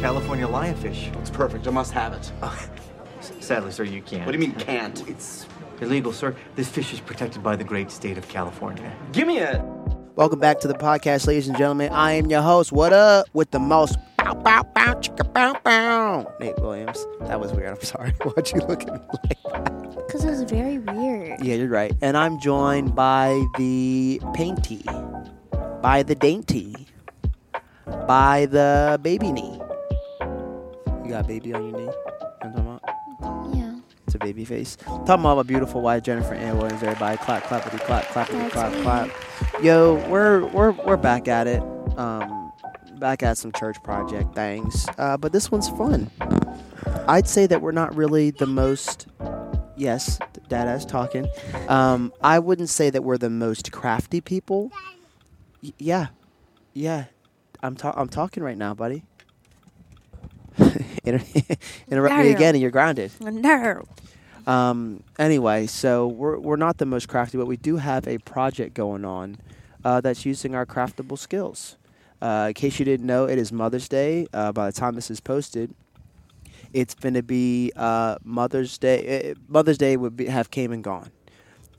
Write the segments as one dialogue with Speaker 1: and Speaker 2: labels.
Speaker 1: California lionfish.
Speaker 2: It's perfect. I must have it.
Speaker 1: Sadly, sir, you can't.
Speaker 2: What do you mean can't?
Speaker 1: It's illegal, sir. This fish is protected by the great state of California.
Speaker 2: Give me it.
Speaker 3: Welcome back to the podcast, ladies and gentlemen. I am your host. What up with the most? Bow, bow, bow, chicka, bow, bow. Nate Williams. That was weird. I'm sorry. Why'd you look at me like that?
Speaker 4: Because it was very weird.
Speaker 3: Yeah, you're right. And I'm joined by the painty, by the dainty, by the baby knee. You got baby on your knee? You know what I'm talking about?
Speaker 4: Yeah.
Speaker 3: It's a baby face. Talking about my beautiful wife Jennifer Ann Williams, everybody. Clap, clappity, clap, clappity,
Speaker 4: That's
Speaker 3: clap,
Speaker 4: me.
Speaker 3: clap. Yo, we're we're we're back at it. Um, back at some church project things. Uh, but this one's fun. I'd say that we're not really the most. Yes, Dada's talking. Um, I wouldn't say that we're the most crafty people. Y- yeah, yeah. I'm ta- I'm talking right now, buddy. Inter- interrupt me
Speaker 4: Yeah.
Speaker 3: again, and you're grounded.
Speaker 4: No.
Speaker 3: Um, anyway, so we're, we're not the most crafty, but we do have a project going on uh, that's using our craftable skills. Uh, in case you didn't know, it is Mother's Day. Uh, by the time this is posted, it's going to be uh, Mother's Day. eh, Mother's Day would be, have came and gone.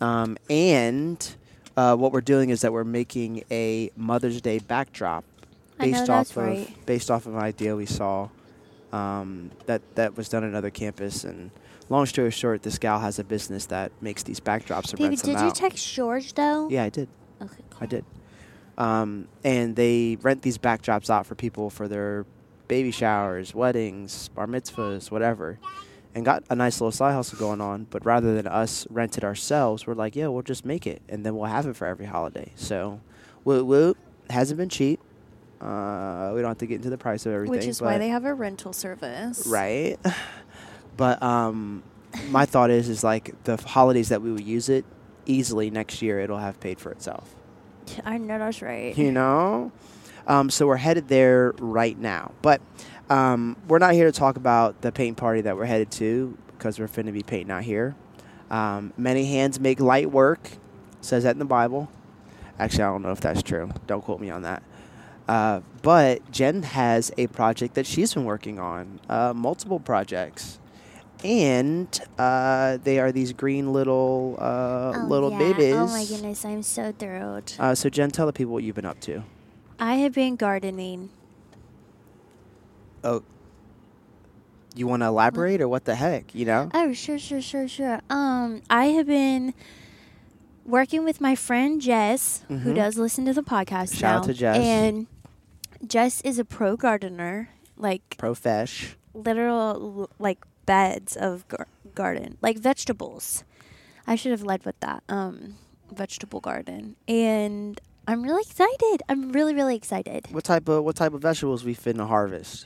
Speaker 3: Um, and uh, what we're doing is that we're making a Mother's Day backdrop
Speaker 4: I know
Speaker 3: based
Speaker 4: that's
Speaker 3: off of
Speaker 4: right.
Speaker 3: based off of an idea we saw um, that that was done at another campus. And long story short, this gal has a business that makes these backdrops and
Speaker 4: Baby,
Speaker 3: rents them
Speaker 4: did you
Speaker 3: out.
Speaker 4: text George though?
Speaker 3: Yeah, I did.
Speaker 4: Okay.
Speaker 3: I did. Um, and they rent these backdrops out for people for their baby showers, weddings, bar mitzvahs, whatever. And got a nice little side hustle going on. But rather than us rent it ourselves, we're like, yeah, we'll just make it. And then we'll have it for every holiday. So, woo woo, hasn't been cheap. Uh, we don't have to get into the price of everything.
Speaker 5: Which is why
Speaker 3: but-
Speaker 5: they have a rental service.
Speaker 3: right? But um, my thought is, is like the holidays that we would use it easily next year, it'll have paid for itself.
Speaker 5: I know that's right.
Speaker 3: You know? Um, so we're headed there right now. But um, we're not here to talk about the paint party that we're headed to because we're finna be painting out here. Um, many hands make light work, says that in the Bible. Actually, I don't know if that's true. Don't quote me on that. Uh, but Jen has a project that she's been working on, uh, multiple projects. And uh, they are these green little uh,
Speaker 4: Oh,
Speaker 3: little
Speaker 4: yeah.
Speaker 3: babies.
Speaker 4: Oh my goodness, I'm so thrilled.
Speaker 3: Uh, so Jen, tell the people what you've been up to.
Speaker 5: I have been gardening.
Speaker 3: oh you want to elaborate or what the heck you know
Speaker 4: Oh, sure, sure, sure, sure. Um, I have been working with my friend Jess, who
Speaker 3: Mhm.
Speaker 4: does listen to the podcast
Speaker 3: Shout out
Speaker 4: now,
Speaker 3: to Jess.
Speaker 4: And Jess is a pro gardener, like
Speaker 3: profesh
Speaker 4: literal like beds of gar- garden, like vegetables. I should have led with that. Um, vegetable garden, and I'm really excited. I'm really, really excited.
Speaker 3: what type of what type of vegetables we finna harvest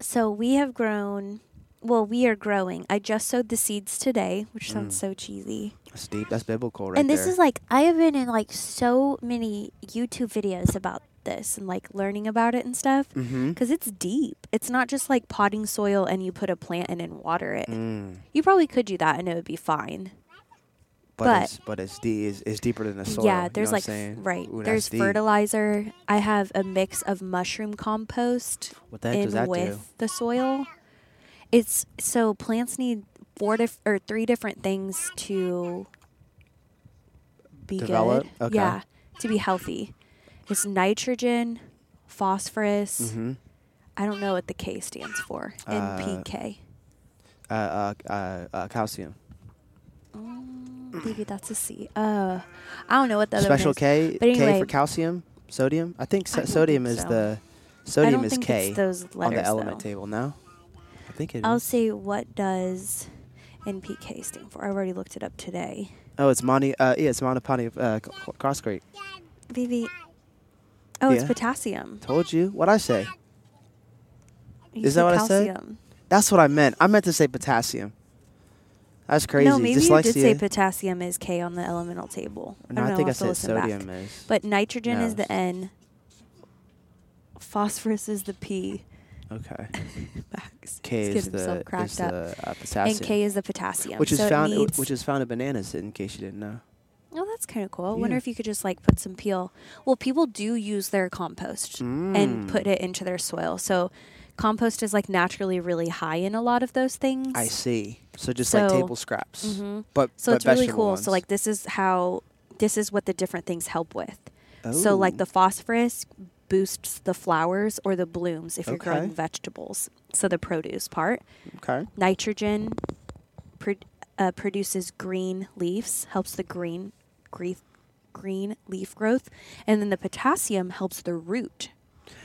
Speaker 4: So we have grown. Well, we are growing. I just sowed the seeds today, which sounds so cheesy.
Speaker 3: that's deep that's biblical Mm. right
Speaker 4: and this
Speaker 3: there.
Speaker 4: is like I have been in like so many YouTube videos about this and like learning about it and stuff
Speaker 3: Mhm.
Speaker 4: because it's deep. It's not just like potting soil and you put a plant in and water it.
Speaker 3: Mm,
Speaker 4: You probably could do that and it would be fine.
Speaker 3: but,
Speaker 4: but-
Speaker 3: it's but it's, de- it's, it's deeper than the soil you
Speaker 4: yeah,
Speaker 3: know
Speaker 4: there's
Speaker 3: what I'm
Speaker 4: like
Speaker 3: saying?
Speaker 4: right.
Speaker 3: Ooh,
Speaker 4: there's
Speaker 3: that's deep.
Speaker 4: fertilizer. I have a mix of mushroom compost
Speaker 3: what the heck
Speaker 4: in
Speaker 3: does that
Speaker 4: with
Speaker 3: do
Speaker 4: the soil. It's so plants need four dif- or three different things to be
Speaker 3: Develop?
Speaker 4: good.
Speaker 3: Okay.
Speaker 4: Yeah, to be healthy. It's nitrogen, phosphorus.
Speaker 3: mm-hmm.
Speaker 4: I don't know what the K stands for.
Speaker 3: Uh,
Speaker 4: NPK.
Speaker 3: uh, uh, uh, uh, calcium
Speaker 4: Mm, Maybe that's a C. Uh, I don't know what the other one
Speaker 3: special
Speaker 4: is.
Speaker 3: k
Speaker 4: But
Speaker 3: k for
Speaker 4: anyway-
Speaker 3: calcium sodium i think so-
Speaker 4: I don't
Speaker 3: sodium
Speaker 4: think
Speaker 3: is
Speaker 4: so.
Speaker 3: the
Speaker 4: I
Speaker 3: sodium
Speaker 4: don't
Speaker 3: is
Speaker 4: think
Speaker 3: k
Speaker 4: it's those letters
Speaker 3: on the element
Speaker 4: though.
Speaker 3: table no i think it
Speaker 4: I'll
Speaker 3: is.
Speaker 4: say what does NPK stand for? I already looked it up today.
Speaker 3: oh it's monty uh, yeah it's monopony uh, c- cross grade
Speaker 4: Maybe. Oh, it's
Speaker 3: Yeah.
Speaker 4: potassium.
Speaker 3: told you what i say
Speaker 4: You
Speaker 3: Is that
Speaker 4: said
Speaker 3: what I said?
Speaker 4: calcium.
Speaker 3: That's what I meant. I meant to say potassium. That's crazy.
Speaker 4: No, maybe
Speaker 3: Dyslexia.
Speaker 4: you did say potassium is K on the elemental table.
Speaker 3: no,
Speaker 4: don't
Speaker 3: I
Speaker 4: know,
Speaker 3: think I
Speaker 4: I'll have to
Speaker 3: said
Speaker 4: listen back.
Speaker 3: sodium is.
Speaker 4: But nitrogen is
Speaker 3: No.
Speaker 4: the N. Phosphorus is the P.
Speaker 3: okay.
Speaker 4: Max
Speaker 3: K
Speaker 4: getting
Speaker 3: is the,
Speaker 4: himself cracked
Speaker 3: is
Speaker 4: up.
Speaker 3: the uh, potassium.
Speaker 4: and K is the potassium.
Speaker 3: which is
Speaker 4: so it
Speaker 3: found
Speaker 4: needs-
Speaker 3: which is found in bananas in case you didn't know.
Speaker 4: oh, that's kind of cool. I wonder
Speaker 3: Yeah.
Speaker 4: if you could just like put some peel. Well, people do use their compost and
Speaker 3: Mm.
Speaker 4: put it into their soil. So Compost is like naturally really high in a lot of those things.
Speaker 3: I see. So just like
Speaker 4: So-
Speaker 3: table scraps,
Speaker 4: Mhm.
Speaker 3: but
Speaker 4: So
Speaker 3: but
Speaker 4: it's really
Speaker 3: vegetable
Speaker 4: cool.
Speaker 3: ones.
Speaker 4: So like this is how this is what the different things help with. So
Speaker 3: Oh.
Speaker 4: like the phosphorus boosts the flowers or the blooms if you're growing
Speaker 3: Okay.
Speaker 4: vegetables. So the produce part.
Speaker 3: okay,
Speaker 4: Nitrogen pro- uh, produces green leaves, helps the green green green leaf growth, and then the potassium helps the root.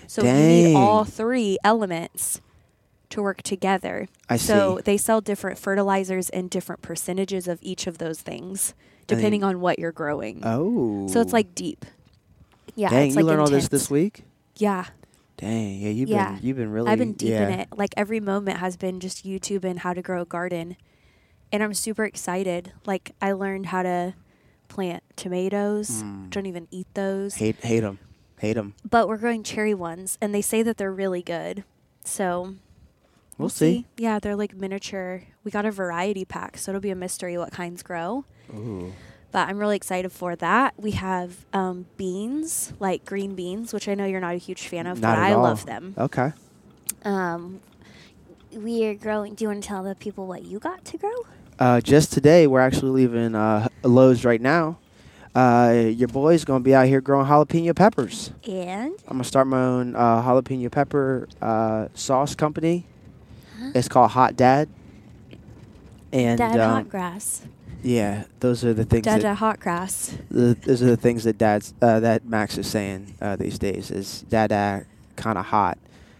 Speaker 4: So you need all
Speaker 3: Dang.
Speaker 4: three elements to work together.
Speaker 3: I
Speaker 4: so
Speaker 3: see.
Speaker 4: they sell different fertilizers and different percentages of each of those things
Speaker 3: Dang.
Speaker 4: depending on what you're growing.
Speaker 3: Oh,
Speaker 4: So it's like deep. Yeah.
Speaker 3: dang,
Speaker 4: it's
Speaker 3: you
Speaker 4: like
Speaker 3: learn all this
Speaker 4: intense.
Speaker 3: this week.
Speaker 4: Yeah.
Speaker 3: Dang, yeah, you've
Speaker 4: Yeah.
Speaker 3: been you've been really.
Speaker 4: I've been deep in
Speaker 3: yeah.
Speaker 4: it. Like every moment has been just YouTube and how to grow a garden. And I'm super excited. Like I learned how to plant tomatoes.
Speaker 3: Hmm.
Speaker 4: Don't even eat those.
Speaker 3: Hate hate them, hate them.
Speaker 4: But we're growing cherry ones and they say that they're really good. So
Speaker 3: We'll see.
Speaker 4: Yeah, they're like miniature. We got a variety pack, so it'll be a mystery what kinds grow.
Speaker 3: Ooh,
Speaker 4: But I'm really excited for that. We have um, beans, like green beans, which I know you're not a huge fan of,
Speaker 3: not
Speaker 4: but
Speaker 3: at
Speaker 4: I
Speaker 3: all. Oh,
Speaker 4: love them.
Speaker 3: Okay.
Speaker 6: Um, we are growing. Do you want to tell the people what you got to grow?
Speaker 3: Uh, just today, we're actually leaving uh, Lowe's right now. Uh, your boy's gonna be out here growing jalapeno peppers.
Speaker 6: And
Speaker 3: I'm gonna start my own uh, jalapeno pepper uh, sauce company. It's called Hot Dad. And
Speaker 4: Dad
Speaker 3: um,
Speaker 4: hot grass.
Speaker 3: yeah, those are the things.
Speaker 4: Dad
Speaker 3: that,
Speaker 4: hot grass.
Speaker 3: the, those are the things that Dad's uh, that Max is saying uh, these days is Dada kind of hot.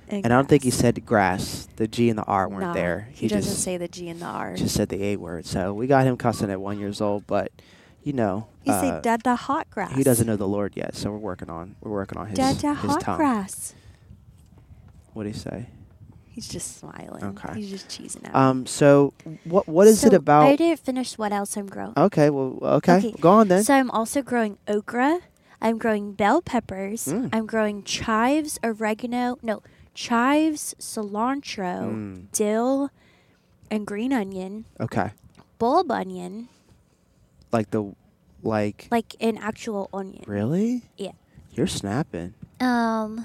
Speaker 3: And I don't think he
Speaker 4: grass.
Speaker 3: said grass. The G and the R weren't
Speaker 4: Nah,
Speaker 3: there.
Speaker 4: He, doesn't
Speaker 3: just,
Speaker 4: say the G and the R.
Speaker 3: just said the A word. So we got him cussing at one years old, but you know,
Speaker 4: you say
Speaker 3: uh,
Speaker 4: Dada hot grass.
Speaker 3: he doesn't know the Lord yet. So we're working on we're working on his
Speaker 4: Dada
Speaker 3: his
Speaker 4: hot
Speaker 3: tongue.
Speaker 4: grass.
Speaker 3: What do you say?
Speaker 4: He's just smiling.
Speaker 3: Okay.
Speaker 4: He's just cheesing out.
Speaker 3: Um. So, what what is it
Speaker 6: So, I
Speaker 3: about?
Speaker 6: didn't finish what else I'm growing.
Speaker 3: Okay. Well. Okay. Go on then.
Speaker 6: So I'm also growing okra. I'm growing bell peppers.
Speaker 3: Mm.
Speaker 6: I'm growing chives, oregano, no, chives, cilantro,
Speaker 3: Mm.
Speaker 6: dill, and green onion,
Speaker 3: okay.
Speaker 6: bulb onion,
Speaker 3: Like the, like.
Speaker 6: like an actual onion.
Speaker 3: Really?
Speaker 6: Yeah.
Speaker 3: You're snapping.
Speaker 6: Um,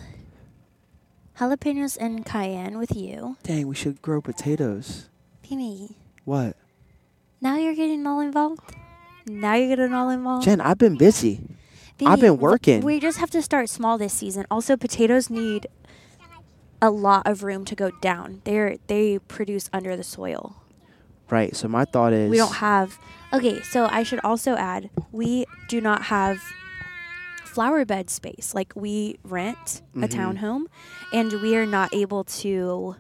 Speaker 6: jalapenos and cayenne with you.
Speaker 3: Dang. We should grow potatoes.
Speaker 6: Pimmy,
Speaker 3: What?
Speaker 6: now you're getting all involved.
Speaker 4: now you're getting all involved.
Speaker 3: Jen, I've been busy. I've
Speaker 6: Pimmy,
Speaker 3: been
Speaker 6: w-
Speaker 3: working.
Speaker 6: We just have to start small this season.
Speaker 4: also, potatoes need a lot of room to go down. They're they produce under the soil.
Speaker 3: Right. So my thought is.
Speaker 4: We don't have. Okay, so I should also add we do not have flower bed space. Like we rent
Speaker 3: Mm-hmm.
Speaker 4: a townhome, and we are not able to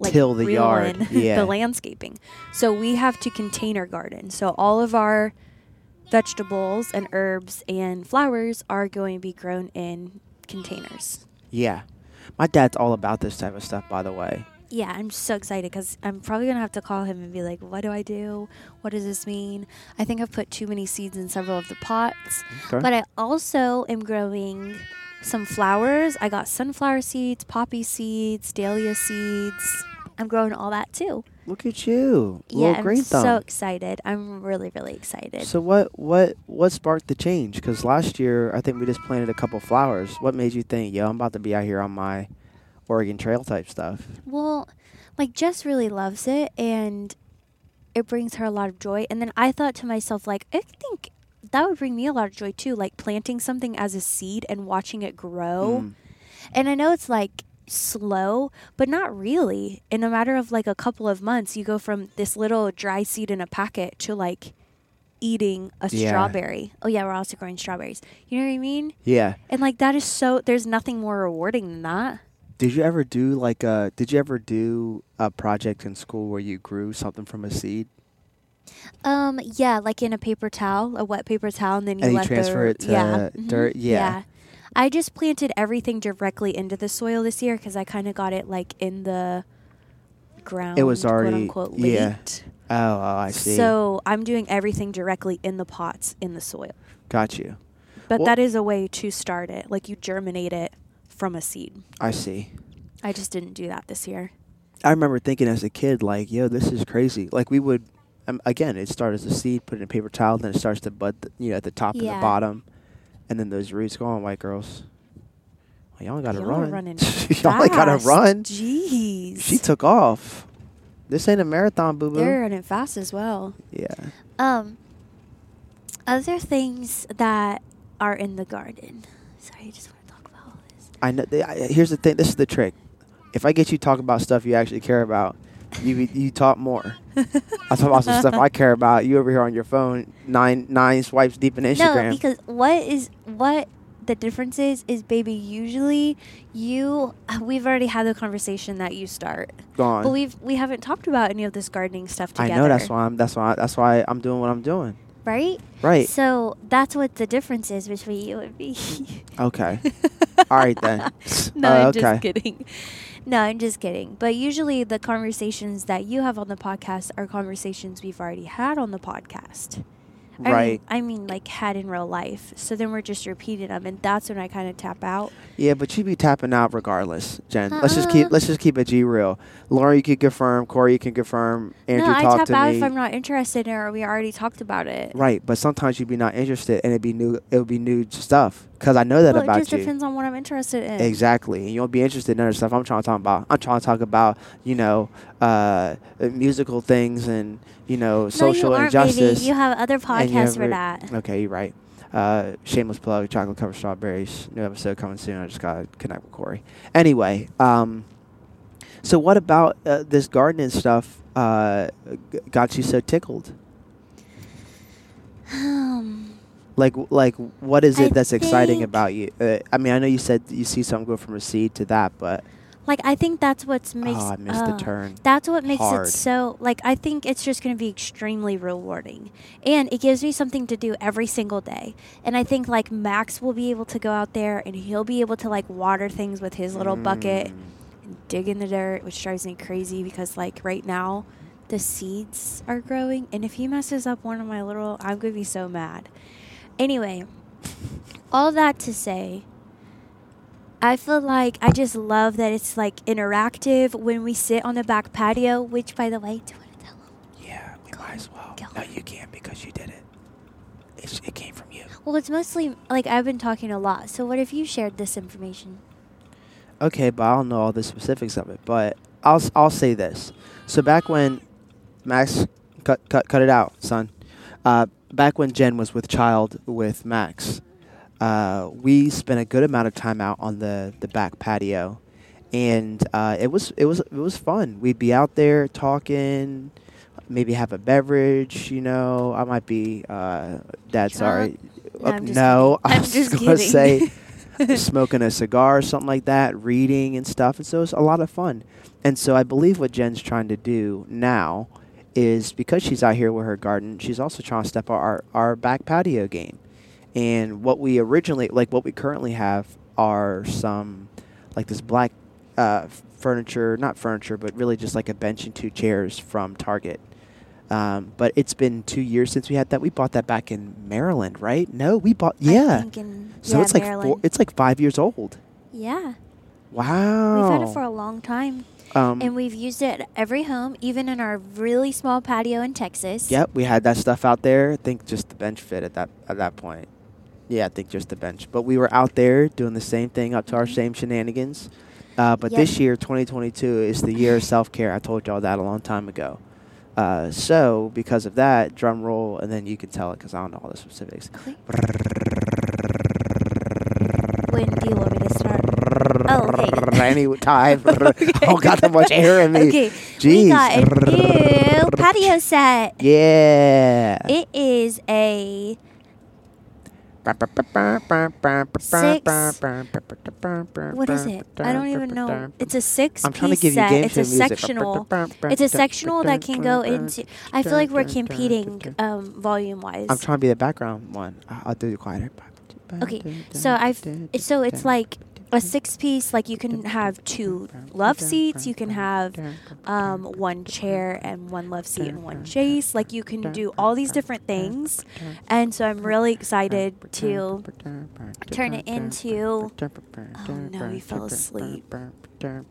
Speaker 4: like
Speaker 3: Till the
Speaker 4: reel
Speaker 3: yard,
Speaker 4: in
Speaker 3: yeah.
Speaker 4: the landscaping. So we have to container garden. So all of our vegetables and herbs and flowers are going to be grown in containers.
Speaker 3: Yeah. My dad's all about this type of stuff, by the way.
Speaker 4: Yeah, I'm so excited because I'm probably gonna have to call him and be like, "What do I do? What does this mean?" I think I've put too many seeds in several of the pots,
Speaker 3: Okay.
Speaker 4: but I also am growing some flowers. I got sunflower seeds, poppy seeds, dahlia seeds. I'm growing all that too.
Speaker 3: Look at you,
Speaker 4: yeah,
Speaker 3: little
Speaker 4: I'm
Speaker 3: green
Speaker 4: so
Speaker 3: thumb.
Speaker 4: excited. I'm really, really excited.
Speaker 3: So what what what sparked the change? Because last year I think we just planted a couple flowers. What made you think, yo, I'm about to be out here on my Oregon Trail type stuff?
Speaker 4: Well, like Jess really loves it and it brings her a lot of joy. And then I thought to myself, like, I think that would bring me a lot of joy too, like planting something as a seed and watching it grow.
Speaker 3: Mm.
Speaker 4: And I know it's like slow, but not really. In a matter of like a couple of months, you go from this little dry seed in a packet to like eating a
Speaker 3: Yeah.
Speaker 4: strawberry. Oh, yeah, we're also growing strawberries. You know what I mean?
Speaker 3: Yeah.
Speaker 4: And like that is so, there's nothing more rewarding than that.
Speaker 3: Did you ever do like a Did you ever do a project in school where you grew something from a seed
Speaker 4: Um, yeah, like in a paper towel, a wet paper towel, and then you
Speaker 3: and
Speaker 4: let
Speaker 3: you transfer
Speaker 4: the,
Speaker 3: it to
Speaker 4: yeah.
Speaker 3: dirt? Yeah.
Speaker 4: I just planted everything directly into the soil this year because I kind of got it like in the ground.
Speaker 3: already-
Speaker 4: quote unquote
Speaker 3: yeah,
Speaker 4: late.
Speaker 3: Oh, oh, I see.
Speaker 4: So I'm doing everything directly in the pots in the soil.
Speaker 3: got you.
Speaker 4: But
Speaker 3: Well-
Speaker 4: that is a way to start it. Like you germinate it from a seed.
Speaker 3: I see.
Speaker 4: I just didn't do that this year.
Speaker 3: I remember thinking as a kid, like, yo, this is crazy. Like we would, um, again, it started as a seed, put it in a paper towel, then it starts to bud, th- you know, at the top and
Speaker 6: Yeah.
Speaker 3: the bottom, and then those roots go on, white girls. Y'all gotta
Speaker 7: Y'all are
Speaker 3: run.
Speaker 7: running
Speaker 3: Y'all ain't gotta
Speaker 7: fast.
Speaker 3: run.
Speaker 7: Jeez.
Speaker 3: She took off. This ain't a marathon, boo
Speaker 7: They're
Speaker 3: boo.
Speaker 7: running fast as well.
Speaker 3: Yeah.
Speaker 4: Um, other things that are in the garden. Sorry, I just want to talk about all this.
Speaker 3: I know. They, I, here's the thing. This is the trick. If I get you talking about stuff you actually care about, you you talk more. I talk about some stuff I care about. You over here on your phone, nine nine swipes deep in Instagram.
Speaker 4: No, because what is what the difference is is baby. Usually, you we've already had the conversation that you start,
Speaker 3: gone.
Speaker 4: but we've we haven't talked about any of this gardening stuff
Speaker 3: I
Speaker 4: together.
Speaker 3: know that's why I'm that's why that's why I'm doing what I'm doing.
Speaker 4: right?
Speaker 3: Right.
Speaker 4: So that's what the difference is between you and me.
Speaker 3: Okay. All right then.
Speaker 4: no,
Speaker 3: Uh,
Speaker 4: I'm
Speaker 3: okay.
Speaker 4: just kidding. No, I'm just kidding. But usually the conversations that you have on the podcast are conversations we've already had on the podcast. I mean-
Speaker 3: Right.
Speaker 4: I mean, like had in real life. So then we're just repeating them, and that's when I kind of tap out.
Speaker 3: Yeah, but you be tapping out regardless, Jen. Let's just keep
Speaker 4: Uh-uh.
Speaker 3: let's just keep it G real. Lauren, you can confirm. Corey, you can confirm. Andrew,
Speaker 4: no, I
Speaker 3: talk
Speaker 4: tap
Speaker 3: to
Speaker 4: out
Speaker 3: me.
Speaker 4: if I'm not interested, in it, or we already talked about it.
Speaker 3: right, but sometimes you'd be not interested, and it'd be new. It would be new stuff because I know that
Speaker 4: Well, it
Speaker 3: about
Speaker 4: just
Speaker 3: you.
Speaker 4: depends on what I'm interested in.
Speaker 3: Exactly. And you won't be interested in other stuff I'm trying to talk about. I'm trying to talk about, you know, uh, musical things and, you know, social
Speaker 4: no, you aren't,
Speaker 3: injustice.
Speaker 4: Baby. You have other
Speaker 3: and you
Speaker 4: podcasts for
Speaker 3: ever-
Speaker 4: that.
Speaker 3: Okay, you're right. Uh, shameless plug, chocolate covered strawberries. New episode coming soon. I just got to connect with Corey. Anyway, um, so what about uh, this gardening stuff uh, g- got you so tickled?
Speaker 4: Um,
Speaker 3: Like, like, what is
Speaker 4: I
Speaker 3: it that's exciting
Speaker 4: think-
Speaker 3: about you? Uh, I mean, I know you said you see something go from a seed to that, but
Speaker 4: like I think that's what's makes.
Speaker 3: oh, I missed
Speaker 4: uh,
Speaker 3: the turn.
Speaker 4: That's what makes
Speaker 3: Hard.
Speaker 4: it so like I think it's just going to be extremely rewarding. And it gives me something to do every single day. And I think like Max will be able to go out there and he'll be able to like water things with his little bucket
Speaker 3: Mm.
Speaker 4: and dig in the dirt, which drives me crazy because like right now the seeds are growing and if he messes up one of my little I'm going to be so mad. Anyway, all that to say I feel like I just love that it's like interactive when we sit on the back patio, which by the way, do you want to tell them?
Speaker 3: Yeah, we might as well.
Speaker 4: Go.
Speaker 3: No, you can't because you did it. It, it came from you.
Speaker 4: Well, it's mostly like I've been talking a lot. So what if you shared this information?
Speaker 3: Okay, but I don't know all the specifics of it. But I'll s- I'll say this. So back when Max cut cut cut it out, son. Uh, back when Jen was with child with Max, uh, we spent a good amount of time out on the the back patio, and uh, it was it was it was fun. We'd be out there talking. Maybe have a beverage, you know. I might be, uh, Dad. Sorry, Uh,
Speaker 4: No, I'm just
Speaker 3: no.
Speaker 4: kidding.
Speaker 3: I
Speaker 4: I'm
Speaker 3: was
Speaker 4: just
Speaker 3: gonna
Speaker 4: kidding.
Speaker 3: say smoking a cigar or something like that, reading and stuff. And so it's a lot of fun. And so I believe what Jen's trying to do now is because she's out here with her garden, she's also trying to step our, our, our back patio game. And what we originally, like what we currently have, are some, like this black uh, furniture, not furniture, but really just like a bench and two chairs from Target. Um, but it's been two years since we had that. We bought that back in Maryland, right? No, we bought, yeah.
Speaker 4: I think in,
Speaker 3: So
Speaker 4: yeah,
Speaker 3: it's like
Speaker 4: Maryland.
Speaker 3: four, it's like five years old.
Speaker 4: yeah,
Speaker 3: Wow.
Speaker 4: we've had it for a long time,
Speaker 3: Oh. um,
Speaker 4: and we've used it at every home, even in our really small patio in Texas.
Speaker 3: yep, we had that stuff out there. I think just the bench fit at that at that point. Yeah, I think just the bench. But we were out there doing the same thing up to our
Speaker 4: Mhm.
Speaker 3: same shenanigans. Uh, but
Speaker 4: Yep.
Speaker 3: this year, 2022, is the year of self care. I told y'all that a long time ago. Uh, so because of that, drum roll, and then you can tell it because I don't know all the specifics.
Speaker 4: Okay. When do you want me to start? Oh, okay.
Speaker 3: Any time. Oh, got that much air in me.
Speaker 4: Okay,
Speaker 3: Jeez.
Speaker 4: we got a new patio set.
Speaker 3: Yeah.
Speaker 4: It is a what is it? I don't even know. It's a six
Speaker 3: I'm trying to
Speaker 4: piece
Speaker 3: give you
Speaker 4: set.
Speaker 3: game
Speaker 4: it's
Speaker 3: show
Speaker 4: a
Speaker 3: music.
Speaker 4: sectional. It's a sectional that can go into. I feel like we're competing um, volume wise.
Speaker 3: I'm trying to be the background one. I- I'll do the quieter.
Speaker 4: Okay, so I've so it's like a six piece. Like you can have two love seats. You can have um, one chair and one love seat and one chase. Like you can do all these different things. And so I'm really excited to.
Speaker 3: turn it into.
Speaker 4: Oh, no, he fell asleep.
Speaker 3: Dun,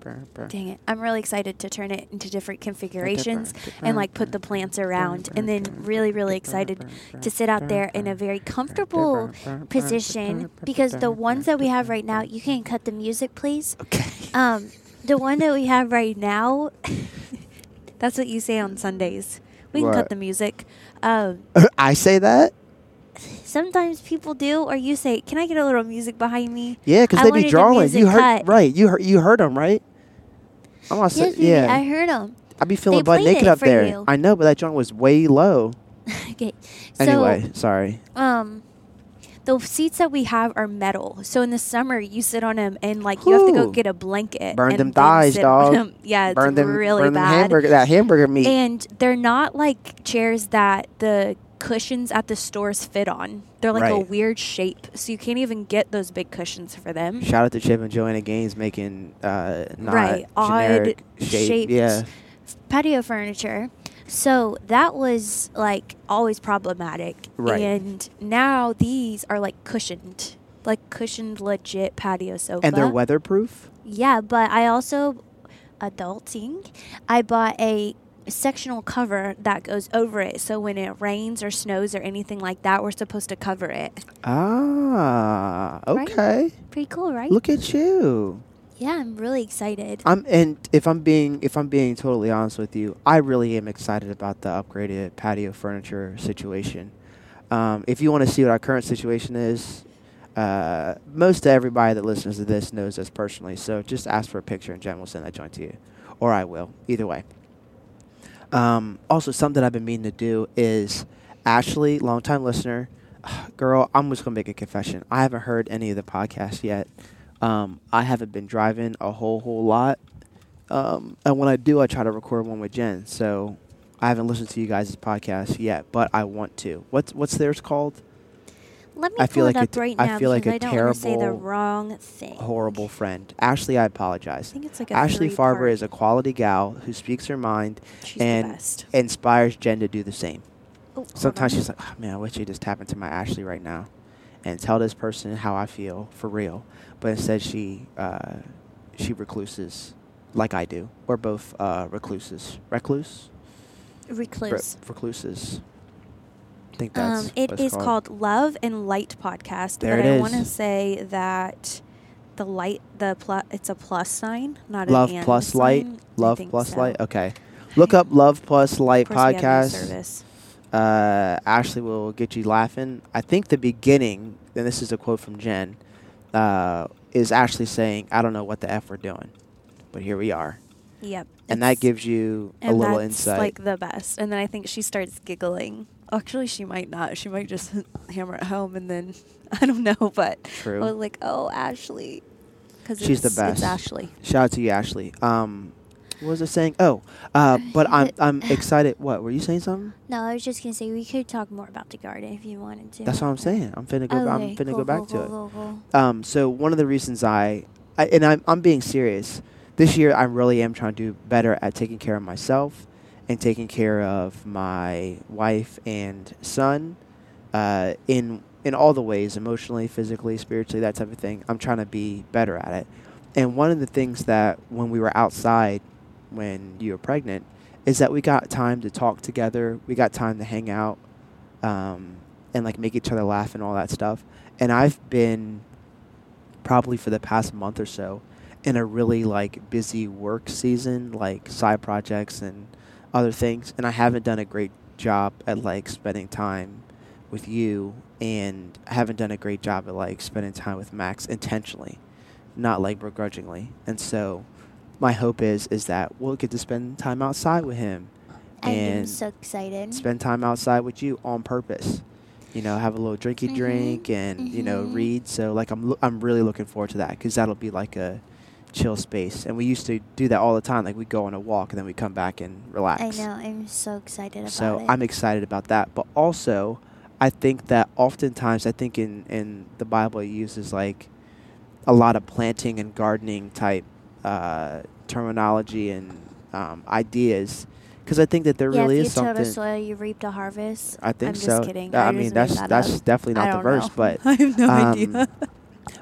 Speaker 3: dun, dun.
Speaker 4: Dang it. I'm really excited to turn it into different configurations
Speaker 3: burn,
Speaker 4: and like put the plants around and then really, really excited to sit out there in a very comfortable position because the ones that we have right now, you can cut the music, please.
Speaker 3: Okay.
Speaker 4: Um, the one that we have right now, that's what you say on Sundays. We can
Speaker 3: What?
Speaker 4: cut the music. Um,
Speaker 3: I say that?
Speaker 4: sometimes people do, or you say, "Can I get a little music behind me?"
Speaker 3: Yeah, because
Speaker 4: I
Speaker 3: they
Speaker 4: wanted
Speaker 3: be
Speaker 4: the
Speaker 3: drawing.
Speaker 4: music
Speaker 3: You heard
Speaker 4: cut.
Speaker 3: right. You heard you heard them right. I'm gonna say
Speaker 4: Yes, baby,
Speaker 3: yeah.
Speaker 4: I heard them.
Speaker 3: I'd be feeling
Speaker 4: They
Speaker 3: butt
Speaker 4: played
Speaker 3: naked
Speaker 4: it
Speaker 3: up
Speaker 4: for
Speaker 3: there.
Speaker 4: you.
Speaker 3: I know, but that joint was way low.
Speaker 4: okay. So,
Speaker 3: Anyway, sorry.
Speaker 4: um the seats that we have are metal so in the summer you sit on them and like you have to go
Speaker 3: Whew.
Speaker 4: get a blanket
Speaker 3: Burn
Speaker 4: and
Speaker 3: them
Speaker 4: then
Speaker 3: thighs,
Speaker 4: sit on
Speaker 3: dog.
Speaker 4: 'em. yeah it's
Speaker 3: burn them,
Speaker 4: really
Speaker 3: burn them
Speaker 4: bad
Speaker 3: hamburger, that hamburger meat.
Speaker 4: and they're not like chairs that the cushions at the stores fit on they're like a
Speaker 3: Right.
Speaker 4: weird shape so you can't even get those big cushions for them
Speaker 3: Shout out to Chip and Joanna Gaines making uh, not
Speaker 4: Right, odd
Speaker 3: generic shape.
Speaker 4: shaped
Speaker 3: Yeah,
Speaker 4: patio furniture. So that was like always problematic.
Speaker 3: Right.
Speaker 4: And now these are like cushioned, like cushioned legit patio sofa.
Speaker 3: and they're weatherproof.
Speaker 4: Yeah, but I also adulting. I bought a sectional cover that goes over it. So when it rains or snows or anything like that, we're supposed to cover it.
Speaker 3: Ah,
Speaker 4: Right.
Speaker 3: okay.
Speaker 4: Pretty cool, right?
Speaker 3: Look at you.
Speaker 4: Yeah, I'm really excited.
Speaker 3: I'm and if I'm being if I'm being totally honest with you, I really am excited about the upgraded patio furniture situation. Um, if you want to see what our current situation is, uh, most everybody that listens to this knows us personally. So just ask for a picture and Jen will send that joint to you, or I will. Either way. Um, also, something I've been meaning to do is Ashley, longtime listener, girl. I'm just gonna make a confession. I haven't heard any of the podcast yet. Um, I haven't been driving a whole whole lot, um, and when I do, I try to record one with Jen. So I haven't listened to you guys' podcast yet, but I want to. What's what's theirs called?
Speaker 4: Let me
Speaker 3: I
Speaker 4: pull
Speaker 3: feel like
Speaker 4: it
Speaker 3: a
Speaker 4: up
Speaker 3: t-
Speaker 4: right
Speaker 3: I
Speaker 4: now
Speaker 3: feel like
Speaker 4: because
Speaker 3: a
Speaker 4: I don't want to say the
Speaker 3: terrible,
Speaker 4: wrong thing.
Speaker 3: Horrible friend, Ashley. I apologize.
Speaker 4: I think it's like a
Speaker 3: Ashley
Speaker 4: three-part.
Speaker 3: Farber is a quality gal who speaks her mind
Speaker 4: She's the
Speaker 3: and
Speaker 4: best.
Speaker 3: inspires Jen to do the same.
Speaker 4: Oh, hold
Speaker 3: Sometimes
Speaker 4: on.
Speaker 3: she's like, oh, man, I wish I just tap into my Ashley right now and tell this person how I feel for real. But instead, she uh, she recluses like I do. We're both uh, recluses. Recluse? Re-
Speaker 4: recluse.
Speaker 3: recluses. I think that's
Speaker 4: Um, it
Speaker 3: what it's
Speaker 4: is called. Love and Light podcast.
Speaker 3: There
Speaker 4: but
Speaker 3: it
Speaker 4: I want to
Speaker 3: is.
Speaker 4: say that the light, the plus, it's a plus sign, not
Speaker 3: Love
Speaker 4: an and
Speaker 3: Plus Light.
Speaker 4: sign. I
Speaker 3: Love
Speaker 4: think
Speaker 3: Plus
Speaker 4: so.
Speaker 3: Light. Okay. Look up Love Plus Light
Speaker 4: Of course we have no
Speaker 3: podcast.
Speaker 4: service.
Speaker 3: uh, Ashley will get you laughing. I think the beginning, and this is a quote from Jen, uh, is Ashley saying, I don't know what the F we're doing, but here we are.
Speaker 4: Yep.
Speaker 3: And that
Speaker 4: it's-
Speaker 3: gives you a
Speaker 4: and
Speaker 3: little
Speaker 4: that's,
Speaker 3: insight.
Speaker 4: Like the best. And then I think she starts giggling. Actually, she might not. She might just hammer it home, and then I don't know. But
Speaker 3: True.
Speaker 4: I was like, oh, Ashley, because
Speaker 3: She's the best.
Speaker 4: It's Ashley.
Speaker 3: Shout out to you, Ashley. Um, what was I saying? Oh, uh, but I'm, I'm excited. What, were you saying something?
Speaker 7: No, I was just gonna say we could talk more about the garden if you wanted to.
Speaker 3: That's what I'm saying. I'm finna go, I'm
Speaker 7: Okay,
Speaker 3: finna
Speaker 7: cool,
Speaker 3: go back
Speaker 7: cool,
Speaker 3: to
Speaker 7: cool,
Speaker 3: it.
Speaker 7: cool, cool.
Speaker 3: Um, so one of the reasons I, I and I'm, I'm being serious this year, I really am trying to do better at taking care of myself and taking care of my wife and son uh, in in all the ways, emotionally, physically, spiritually, that type of thing. I'm trying to be better at it. And one of the things that when we were outside, when you were pregnant, is that we got time to talk together. We got time to hang out um, and like make each other laugh and all that stuff. And I've been probably for the past month or so in a really like busy work season, like side projects and other things. And I haven't done a great job at like spending time with you, and I haven't done a great job at like spending time with Max intentionally, not like begrudgingly. And so my hope is is that we'll get to spend time outside with him
Speaker 7: I am
Speaker 3: and
Speaker 7: so excited.
Speaker 3: spend time outside with you on purpose. You know, have a little drinky
Speaker 7: Mhm,
Speaker 3: drink and you know
Speaker 7: mhm.
Speaker 3: read. So like I'm lo- I'm really looking forward to that because that'll be like a chill space. And we used to do that all the time. Like we go on a walk and then we come back and relax.
Speaker 7: I know. I'm so excited about
Speaker 3: So
Speaker 7: it.
Speaker 3: I'm excited about that. But also, I think that oftentimes I think in in the Bible it uses like a lot of planting and gardening type uh, terminology and um, ideas because I think that there
Speaker 7: yeah,
Speaker 3: really is
Speaker 7: if you
Speaker 3: something.
Speaker 7: till the soil, you reaped a harvest.
Speaker 3: I think
Speaker 4: I'm
Speaker 3: so.
Speaker 4: just kidding.
Speaker 3: Uh, I,
Speaker 4: I
Speaker 3: mean,
Speaker 4: just made
Speaker 3: that's
Speaker 4: that
Speaker 3: that's
Speaker 4: up.
Speaker 3: definitely
Speaker 4: I
Speaker 3: not the
Speaker 4: don't
Speaker 3: verse,
Speaker 4: know.
Speaker 3: but
Speaker 4: I have no
Speaker 3: um,
Speaker 4: idea.
Speaker 3: but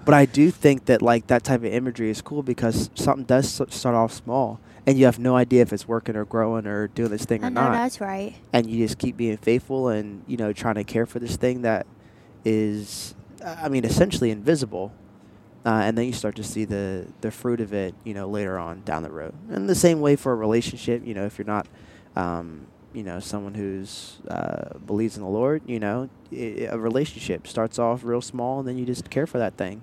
Speaker 3: But I do think that like that type of imagery is cool because something does s- start off small, and you have no idea if it's working or growing or doing this thing
Speaker 7: I
Speaker 3: or
Speaker 7: know
Speaker 3: not.
Speaker 7: that's right.
Speaker 3: and you just keep being faithful and you know trying to care for this thing that is i mean essentially invisible uh, and then you start to see the the fruit of it you know later on down the road and the same way for a relationship you know if you're not um, you know someone who's uh, believes in the lord you know i a relationship starts off real small and then you just care for that thing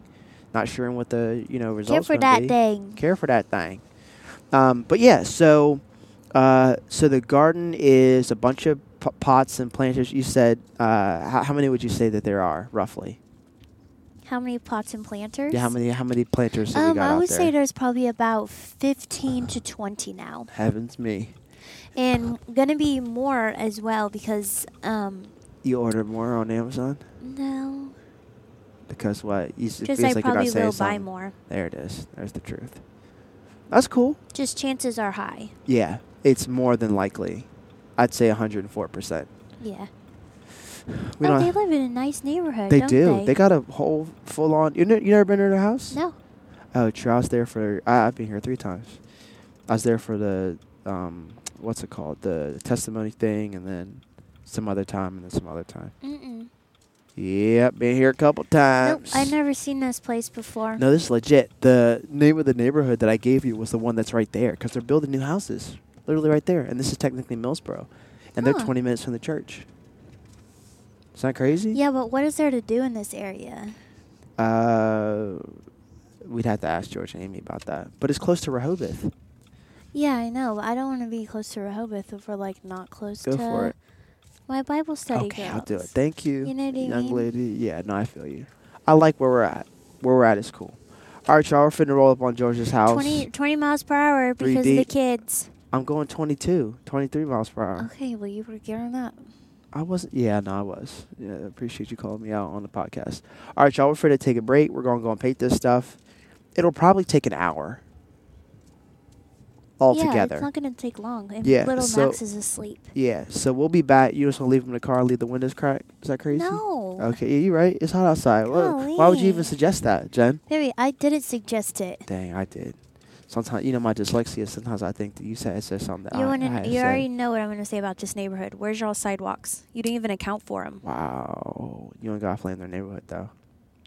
Speaker 3: not sure what the you know
Speaker 7: Care
Speaker 3: results
Speaker 7: for
Speaker 3: gonna
Speaker 7: that
Speaker 3: be
Speaker 7: thing.
Speaker 3: care for that thing. Um, but yeah, so uh, so the garden is a bunch of p- pots and planters. You said uh, how, how many would you say that there are roughly?
Speaker 7: How many pots and planters?
Speaker 3: Yeah, how many how many planters have we
Speaker 7: Um,
Speaker 3: got
Speaker 7: I
Speaker 3: out
Speaker 7: would
Speaker 3: there? Uh,
Speaker 7: say there's probably about 15 to 20 now.
Speaker 3: Heavens me!
Speaker 7: And going to be more as well because, um,
Speaker 3: You order more on Amazon
Speaker 7: no.
Speaker 3: because what? You, s- it
Speaker 7: Just
Speaker 3: feels
Speaker 7: I
Speaker 3: like you're
Speaker 7: probably
Speaker 3: not saying
Speaker 7: will buy
Speaker 3: something.
Speaker 7: more.
Speaker 3: There it is. There's the truth. That's cool.
Speaker 7: Just chances are high.
Speaker 3: Yeah, it's more than likely. I'd say 104. percent
Speaker 7: Yeah.
Speaker 3: We
Speaker 7: oh,
Speaker 3: don't.
Speaker 7: they live in a nice neighborhood.
Speaker 3: they
Speaker 7: don't
Speaker 3: do.
Speaker 7: They,
Speaker 3: They got a whole full on. You know, you never been to their house?
Speaker 7: No.
Speaker 3: Oh, true. I was there for. I, I've been here three times. I was there for the um, what's it called? The testimony thing, and then some other time, and then some other time.
Speaker 7: Mm-mm.
Speaker 3: Yep, been here a couple
Speaker 7: Nope.
Speaker 3: times.
Speaker 7: I've never seen this place before.
Speaker 3: No, this is legit. The name of the neighborhood that I gave you was the one that's right there, because they're building new houses, literally right there, and this is technically Millsboro, and they're
Speaker 7: Huh.
Speaker 3: 20 minutes from the church. It's not crazy.
Speaker 7: Yeah, but what is there to do in this area?
Speaker 3: Uh, we'd have to ask George and Amy about that, but it's close to Rehoboth.
Speaker 7: Yeah, I know. but I don't want to be close to Rehoboth if we're like not close
Speaker 3: Go
Speaker 7: to
Speaker 3: for it.
Speaker 7: my Bible study.
Speaker 3: Okay, I'll do it.
Speaker 7: girls.
Speaker 3: Thank you,
Speaker 7: You know what I
Speaker 3: young
Speaker 7: mean?
Speaker 3: lady. Yeah, no, I feel you. I like where we're at. Where we're at is cool. All right, y'all, we're finna roll up on George's house.
Speaker 7: 20, 20 miles per hour
Speaker 3: Three
Speaker 7: because of the
Speaker 3: deep. Uh-huh.
Speaker 7: kids.
Speaker 3: I'm going 22, 23 miles per hour.
Speaker 7: Okay, well, you were gearing up.
Speaker 3: I wasn't. Yeah, no, I was. Yeah, I appreciate you calling me out on the podcast. All right, y'all, we're finna take a break. We're gonna go and paint this stuff. It'll probably take an hour
Speaker 7: Yeah,
Speaker 3: altogether.
Speaker 7: it's not going to take long. And
Speaker 3: Yeah,
Speaker 7: little
Speaker 3: so-
Speaker 7: Max is asleep.
Speaker 3: yeah, so we'll be back. You just wanna leave him in the car, leave the windows cracked? Is that crazy?
Speaker 7: No.
Speaker 3: Okay, yeah, you're right. It's hot outside. Why- Why would you even
Speaker 7: Golly.
Speaker 3: suggest that, Jen?
Speaker 7: Baby, I didn't suggest it.
Speaker 3: Dang, I did. Sometimes you know my dyslexia. Sometimes I think that you said said something. That
Speaker 7: You
Speaker 3: I,
Speaker 7: want
Speaker 3: I had
Speaker 7: to? You
Speaker 3: said.
Speaker 7: already know what I'm going to say about this neighborhood. Where's your all sidewalks?
Speaker 4: You didn't even account for them.
Speaker 3: Wow, you ain't got to play in their neighborhood though.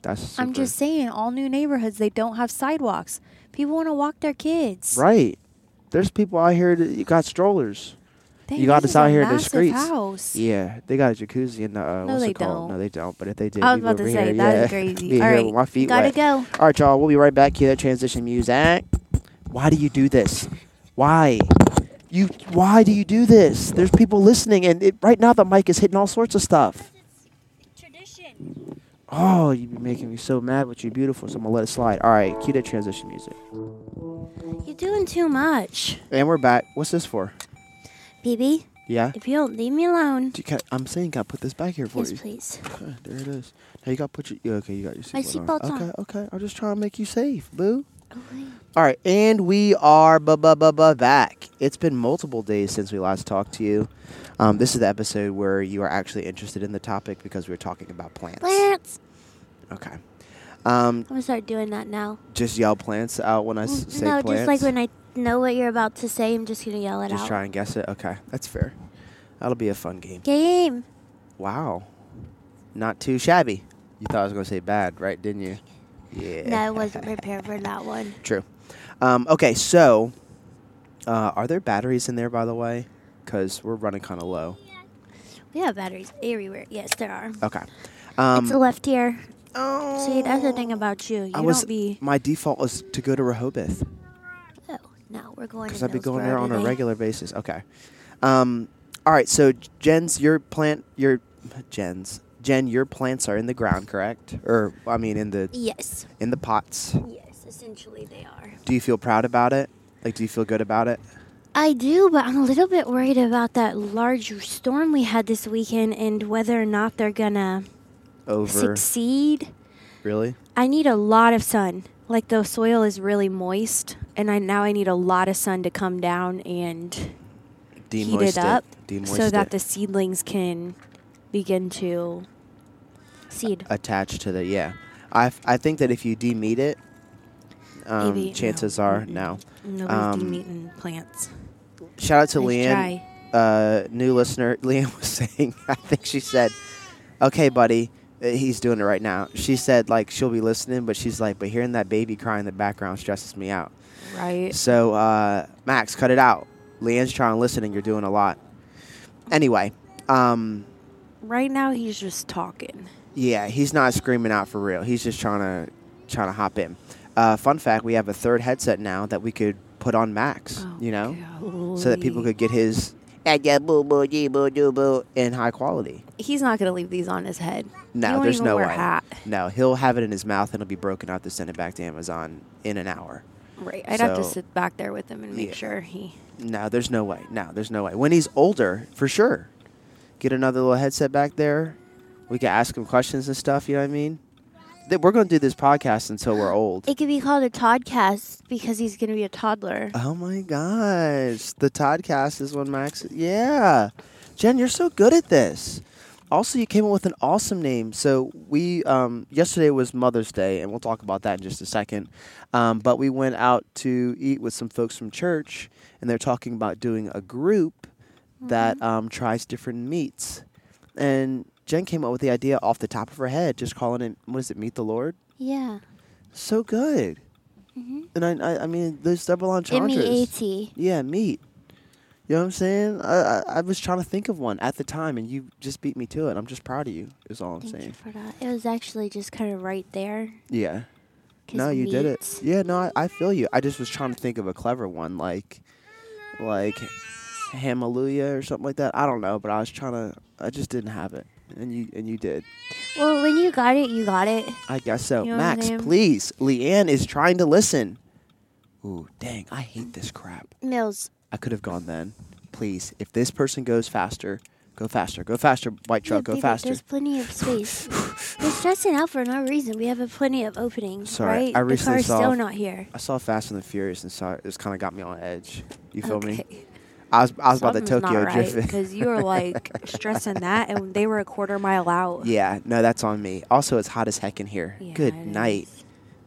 Speaker 3: That's super.
Speaker 4: I'm just saying, all new neighborhoods they don't have sidewalks. People want to walk their kids.
Speaker 3: right. There's people out here that you got strollers.
Speaker 4: Dang,
Speaker 3: you got
Speaker 4: this
Speaker 3: us
Speaker 4: is
Speaker 3: out
Speaker 4: a
Speaker 3: here in the
Speaker 4: massive
Speaker 3: streets.
Speaker 4: House.
Speaker 3: Yeah, they got a jacuzzi in the. Uh,
Speaker 4: No,
Speaker 3: what's
Speaker 4: they
Speaker 3: it called? No,
Speaker 4: don't.
Speaker 3: they don't. But if they did,
Speaker 4: I was
Speaker 3: we'd be
Speaker 4: about to
Speaker 3: over
Speaker 4: say,
Speaker 3: here.
Speaker 4: that
Speaker 3: yeah.
Speaker 4: is crazy.
Speaker 3: Be here
Speaker 4: All
Speaker 3: with
Speaker 4: right,
Speaker 3: my feet
Speaker 7: Gotta
Speaker 3: wet.
Speaker 7: go.
Speaker 3: All right, y'all. We'll be right back here. Transition music. Why do you do this? Why? You why do you do this? There's people listening, and it, right now the mic is hitting all sorts of stuff.
Speaker 7: Tradition.
Speaker 3: Oh, you be making me so mad with your beautiful. So I'm gonna let it slide. All right, cue the transition music,
Speaker 7: You're doing too much,
Speaker 3: and we're back. What's this for?
Speaker 7: baby.
Speaker 3: Yeah.
Speaker 7: If you don't leave me alone,
Speaker 3: Do you ca- I'm saying, gotta put this back here for
Speaker 7: yes,
Speaker 3: you.
Speaker 7: please.
Speaker 3: Okay, there it is. Now you gotta put your. yeah, Okay, you got your
Speaker 7: My
Speaker 3: seatbelt
Speaker 7: seatbelt's
Speaker 3: on.
Speaker 7: on.
Speaker 3: Okay, okay. I'm just trying to make you safe, boo.
Speaker 7: Okay.
Speaker 3: All right, and we are bu- bu- bu- bu- back. It's been multiple days since we last talked to you. Um, this is the episode where you are actually interested in the topic because we were talking about plants.
Speaker 7: Plants.
Speaker 3: Okay. Um,
Speaker 7: I'm gonna start doing that now.
Speaker 3: just yell plants out when I s- say
Speaker 7: Mm, no,
Speaker 3: plants.
Speaker 7: just like when I know what you're about to say, I'm just gonna yell it
Speaker 3: Just
Speaker 7: out.
Speaker 3: try and guess it. Okay, that's fair. That'll be a fun game.
Speaker 7: Game.
Speaker 3: Wow, not too shabby. You thought I was gonna say bad, right? Didn't you? Yeah.
Speaker 7: No, I wasn't prepared for that one.
Speaker 3: True. Um, okay, so uh, are there batteries in there, by the way? Because we're running kind of low.
Speaker 7: We have batteries everywhere. Yes, there are.
Speaker 3: Okay. Um,
Speaker 7: it's a left ear.
Speaker 3: oh,
Speaker 7: See, that's the thing about you. You
Speaker 3: I was
Speaker 7: don't be.
Speaker 3: my default was to go to Rehoboth
Speaker 7: Oh no, we're going.
Speaker 3: because
Speaker 7: to
Speaker 3: I'd be going
Speaker 7: Millsboro
Speaker 3: there on a
Speaker 7: today.
Speaker 3: regular basis. Okay. Um, all right. So Jen's your plant. Your Jen's Jen. Your plants are in the ground, correct? Or I mean, in the
Speaker 7: Yes.
Speaker 3: in the pots.
Speaker 7: Yes, essentially they are.
Speaker 3: Do you feel proud about it? Like, do you feel good about it?
Speaker 7: I do, but I'm a little bit worried about that large storm we had this weekend and whether or not they're gonna
Speaker 3: Over
Speaker 7: succeed.
Speaker 3: really?
Speaker 4: I need a lot of sun. Like the soil is really moist, and I now I need a lot of sun to come down and heat
Speaker 3: Demoist
Speaker 4: it up
Speaker 3: Demoist
Speaker 4: so that
Speaker 3: it.
Speaker 4: the seedlings can begin to seed.
Speaker 3: attached to the yeah. I, f- I think that if you demeat it, um,
Speaker 4: Maybe, no.
Speaker 3: chances are
Speaker 4: Mm-mm.
Speaker 3: no.
Speaker 4: Nobody's
Speaker 3: Um,
Speaker 4: meeting plants.
Speaker 3: Shout out to
Speaker 4: Nice
Speaker 3: Leanne,
Speaker 4: try.
Speaker 3: uh, new listener. Leanne was saying, I think she said, "Okay, buddy, uh, he's doing it right now." She said like she'll be listening, but she's like, "But hearing that baby cry in the background stresses me out."
Speaker 4: Right.
Speaker 3: So, uh, Max, cut it out. Leanne's trying to listen, and you're doing a lot. Anyway, um,
Speaker 4: Right now, he's just talking.
Speaker 3: yeah, he's not screaming out for real. He's just trying to trying to hop in. Uh, fun fact: we have a third headset now that we could put on Max.
Speaker 4: Oh,
Speaker 3: you know, so that people
Speaker 4: golly.
Speaker 3: could get his "Ah, yeah, boo boo gee, boo doo boo in high quality.
Speaker 7: He's not gonna leave these on his head.
Speaker 3: No,
Speaker 4: He won't
Speaker 3: there's
Speaker 4: even
Speaker 3: no
Speaker 4: wear a
Speaker 3: way.
Speaker 4: hat.
Speaker 3: No, he'll have it in his mouth and it'll be broken up to send it back to Amazon in an hour.
Speaker 4: Right. I'd have to
Speaker 3: So-
Speaker 4: sit back there with him and make
Speaker 3: Yeah.
Speaker 4: sure he.
Speaker 3: No, there's no way. No, there's no way. When he's older, for sure, get another little headset back there. We can ask him questions and stuff. You know what I mean? Th- We're going to do this podcast until we're old.
Speaker 7: It could be called a Toddcast because he's gonna be a toddler.
Speaker 3: Oh my gosh. The Toddcast is when Max. Yeah. Jen, you're so good at this. Also, you came up with an awesome name. So, we, um, yesterday was Mother's Day, and we'll talk about that in just a second. Um, but we went out to eat with some folks from church, and they're talking about doing a group that um, tries different meats. And Jen came up with the idea off the top of her head, just calling it, what is it, Meet the Lord?
Speaker 7: Yeah.
Speaker 3: So good. And I, I, I mean, those double
Speaker 7: Give
Speaker 3: entendres.
Speaker 7: me AT.
Speaker 3: Yeah, meat. You know what I'm saying? I, I I was trying to think of one at the time, and you just beat me to it. I'm just proud of you. Is all I'm
Speaker 7: Thank you
Speaker 3: saying.
Speaker 7: for that. It was actually just kind of right there.
Speaker 3: Yeah.
Speaker 7: 'cause
Speaker 3: No, you did it.
Speaker 7: meats.
Speaker 3: Yeah. No, I, I feel you. I just was trying to think of a clever one, like, like, Hallelujah or something like that. I don't know, but I was trying to. I just didn't have it, and you and you did.
Speaker 7: Well, when you got it, you got it.
Speaker 3: I guess so.
Speaker 7: You know what I'm
Speaker 3: Max,
Speaker 7: saying?
Speaker 3: please. Leanne is trying to listen. Ooh, dang! I hate this crap.
Speaker 7: Mills,
Speaker 3: I could have gone then. Please, if this person goes faster, go faster, go faster, white
Speaker 7: Yeah,
Speaker 3: truck, go
Speaker 7: baby,
Speaker 3: faster.
Speaker 7: There's plenty of space. We're stressing out for no reason. We have a plenty of openings,
Speaker 3: Sorry,
Speaker 7: right?
Speaker 3: I
Speaker 7: the
Speaker 3: recently
Speaker 7: car's
Speaker 3: saw-
Speaker 7: still not here.
Speaker 3: I saw Fast and the Furious and saw it's kind of got me on edge. You feel me?
Speaker 4: Okay.
Speaker 3: I was I was about to
Speaker 4: Something's
Speaker 3: Tokyo
Speaker 4: not right
Speaker 3: drift it.
Speaker 4: because you were like stressing that, and they were a quarter mile out.
Speaker 3: yeah, no, that's on me. Also, it's hot as heck in here.
Speaker 4: Yeah,
Speaker 3: Good
Speaker 4: it
Speaker 3: night.